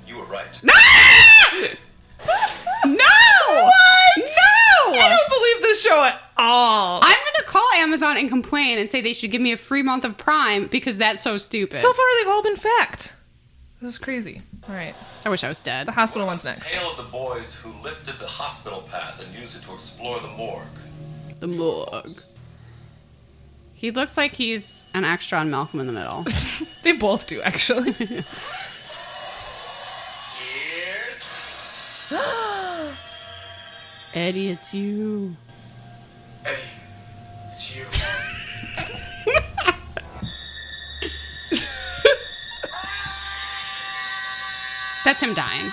you were right. No! What? I No! don't believe this show at all. I'm gonna call Amazon and complain and say they should give me a free month of Prime because that's so stupid. So far, they've all been fact. This is crazy. All right, I wish I was dead. the hospital one's next. Tale of the boys who lifted the hospital pass and used it to explore the morgue. The morgue. He looks like he's an extra on Malcolm in the Middle. They both do, actually. Years? Eddie, it's you. Eddie, it's you. That's him dying.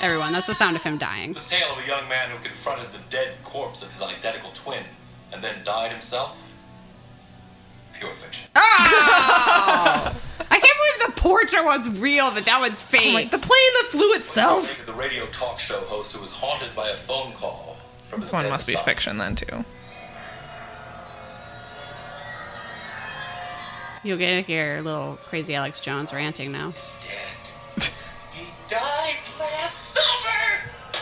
Everyone, that's the sound of him dying. This tale of a young man who confronted the dead corpse of his identical twin and then died himself? Pure fiction. I can't believe the portrait one's real, but that one's I'm fake. like the plane that flew itself. The radio talk show host who was haunted by a phone call from This his one dead must be son. fiction then too. You'll get to hear little crazy Alex Jones ranting now. He's dead. he died last summer!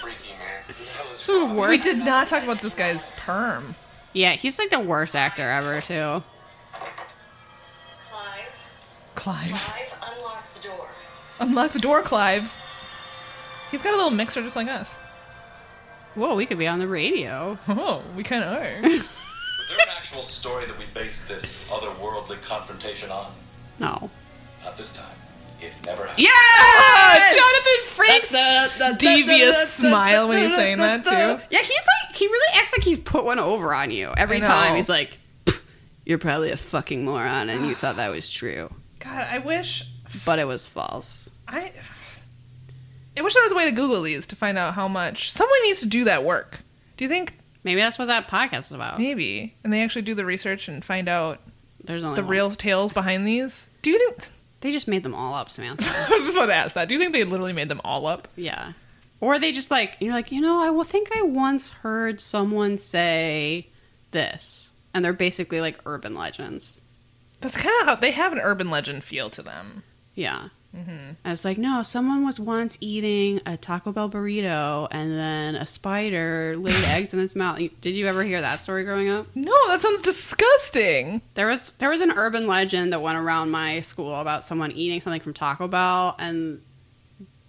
Freaky man. Who the hell is So We did not talk about this guy's perm. Yeah, he's like the worst actor ever, too. Clive, Clive, Clive, unlock the door. unlock the door, Clive. He's got a little mixer just like us. Whoa, we could be on the radio. Oh, we kind of are. Was there an actual story that we based this otherworldly confrontation on? No. Not this time. It never happened. Yes! Jonathan Franks. devious smile when he's saying that, too. Yeah, he's like he really acts like he's put one over on you I every know. time. He's like, "Pff, "You're probably a fucking moron, and you thought that was true, God, I wish but it was false." I. I wish there was a way to Google these to find out how much someone needs to do that work. Do you think Maybe that's what that podcast is Oh. about. maybe, and they actually do the research and find out There's only the one. real tales behind these? Do you think? They just made them all up, Samantha. I was just about to ask that. Do you think they literally made them all up? yeah, or they just like you're like you know I will think I once heard someone say this, and they're basically like urban legends. That's kind of how they have an urban legend feel to them. Yeah. I was like, no, someone was once eating a Taco Bell burrito and then a spider laid eggs in its mouth. You- Did you ever hear that story growing up? No, that sounds disgusting. There was there was an urban legend that went around my school about someone eating something from Taco Bell and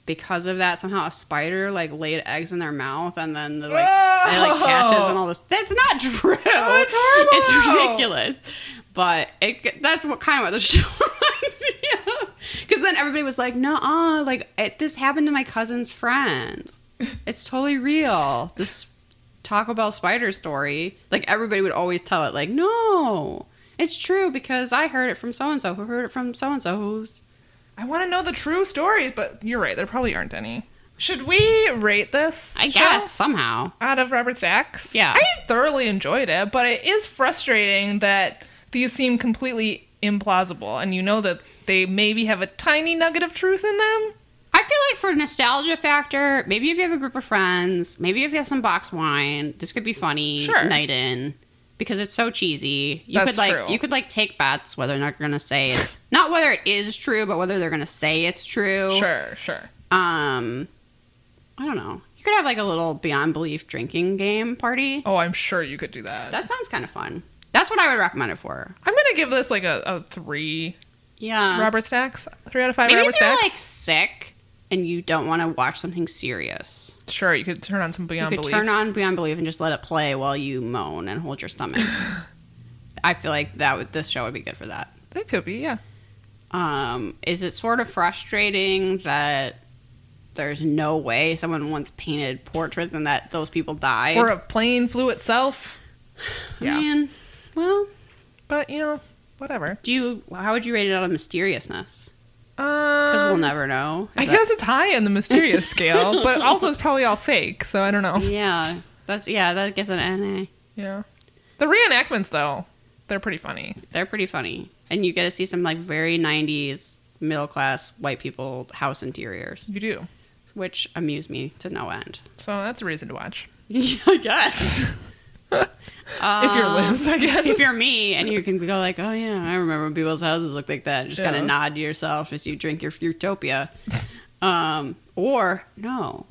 because of that somehow a spider like laid eggs in their mouth and then the, like it like hatches and all this. That's not true. Oh, it's horrible. It's ridiculous. But it that's what kind of what the show was. yeah. Cuz then everybody was like, "Nah, like it, this happened to my cousin's friend. It's totally real." This Taco Bell spider story, like everybody would always tell it like, "No, it's true because I heard it from so and so who heard it from so and so who's I want to know the true stories, but you're right. There probably aren't any. Should we rate this? I show guess somehow. out of Robert Stacks. Yeah. I thoroughly enjoyed it, but it is frustrating that these seem completely implausible, and you know that they maybe have a tiny nugget of truth in them. I feel like for nostalgia factor, maybe if you have a group of friends, maybe if you have some box wine, this could be funny Sure. night in because it's so cheesy. You That's could like true. you could like take bets whether or not you're gonna say it's not whether it is true, but whether they're gonna say it's true. Sure, sure. Um, I don't know. You could have like a little beyond belief drinking game party. Oh, I'm sure you could do that. That sounds kind of fun. That's what I would recommend it for. I'm gonna give this like a, a three Yeah, Robert Stacks, three out of five Uh-huh. Maybe Robert if you're Stacks. like sick and you don't want to watch something serious. Sure, you could turn on some Beyond you could Belief. turn on Beyond Belief and just let it play while you moan and hold your stomach. I feel like that would this show would be good for that. that could be, yeah. Um, is it sort of frustrating that there's no way someone once painted portraits and that those people died? Or a plane flew itself. I Yeah, mean, well, but you know, whatever. do you? How would you rate it out of mysteriousness? Because Um, we'll never know. Is I that- guess it's high on the mysterious scale, but also it's probably all fake, so I don't Mm. know. Yeah, that's yeah. That gets an NA. Yeah. The reenactments, though, they're pretty funny. They're pretty funny, and you get to see some like very '90s middle class white people house interiors. You do. which amuse me to no end. So that's a reason to watch. I guess. if you're Liz, I guess. Um, if you're me and you can go like, oh yeah, I remember when people's houses looked like that, and just kind Yeah. of nod to yourself as you drink your Fruitopia. um, or no,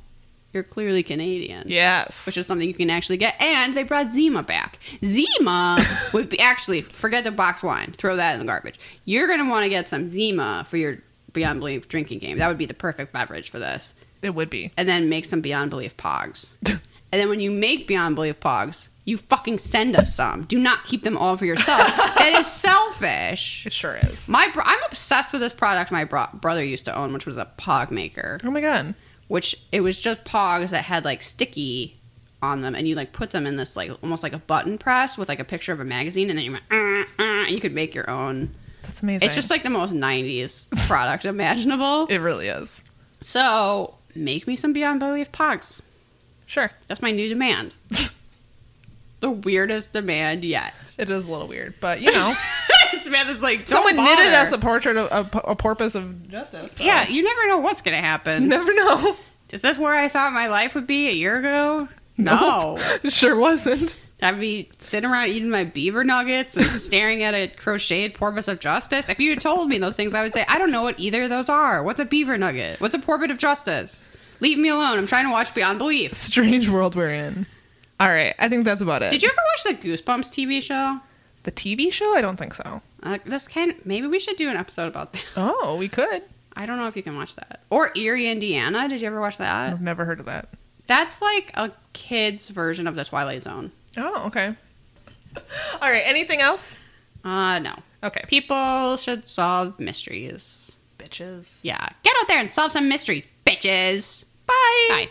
you're clearly Canadian. Yes. Which is something you can actually get, and they brought Zima back. Zima would be actually forget the box wine, throw that in the garbage. You're gonna want to get some Zima for your Beyond Belief drinking game. That would be the perfect beverage for this. It would be. and then make some Beyond Belief pogs. and then when you make Beyond Belief pogs, you fucking send us some. Do not keep them all for yourself. that is selfish. It sure is. My bro- I'm obsessed with this product my bro- brother used to own, which was a pog maker, Oh my god. which it was just pogs that had like sticky on them, and you like put them in this like almost like a button press with like a picture of a magazine, and then you went, "Uh, uh," and you could make your own. That's amazing. It's just like the most 90s product imaginable. It really is. So make me some Beyond Belief pogs. Sure. That's my new demand. the weirdest demand yet. It is a little weird, but you know. Samantha's like, Someone "Don't knitted bother." us a portrait of a, a porpoise of justice. so- Yeah, you never know what's gonna happen. You never know. Is this where I thought my life would be a year ago? No. It sure wasn't. I'd be sitting around eating my beaver nuggets and staring at a crocheted porpoise of justice. If you had told me those things, I would say, I don't know what either of those are. What's a beaver nugget? What's a porpoise of justice? Leave me alone. I'm trying to watch Beyond Belief. Strange world we're in. All right, I think that's about it. Did you ever watch the Goosebumps TV show? The TV show? I don't think so. Uh, this kind maybe we should do an episode about that. Oh, we could. I don't know if you can watch that. Or Erie, Indiana. Did you ever watch that? I've never heard of that. That's like a kid's version of the Twilight Zone. Oh, okay. All right, anything else? Uh, no. Okay. People should solve mysteries. Bitches. Yeah. Get out there and solve some mysteries, bitches. Bye. Bye.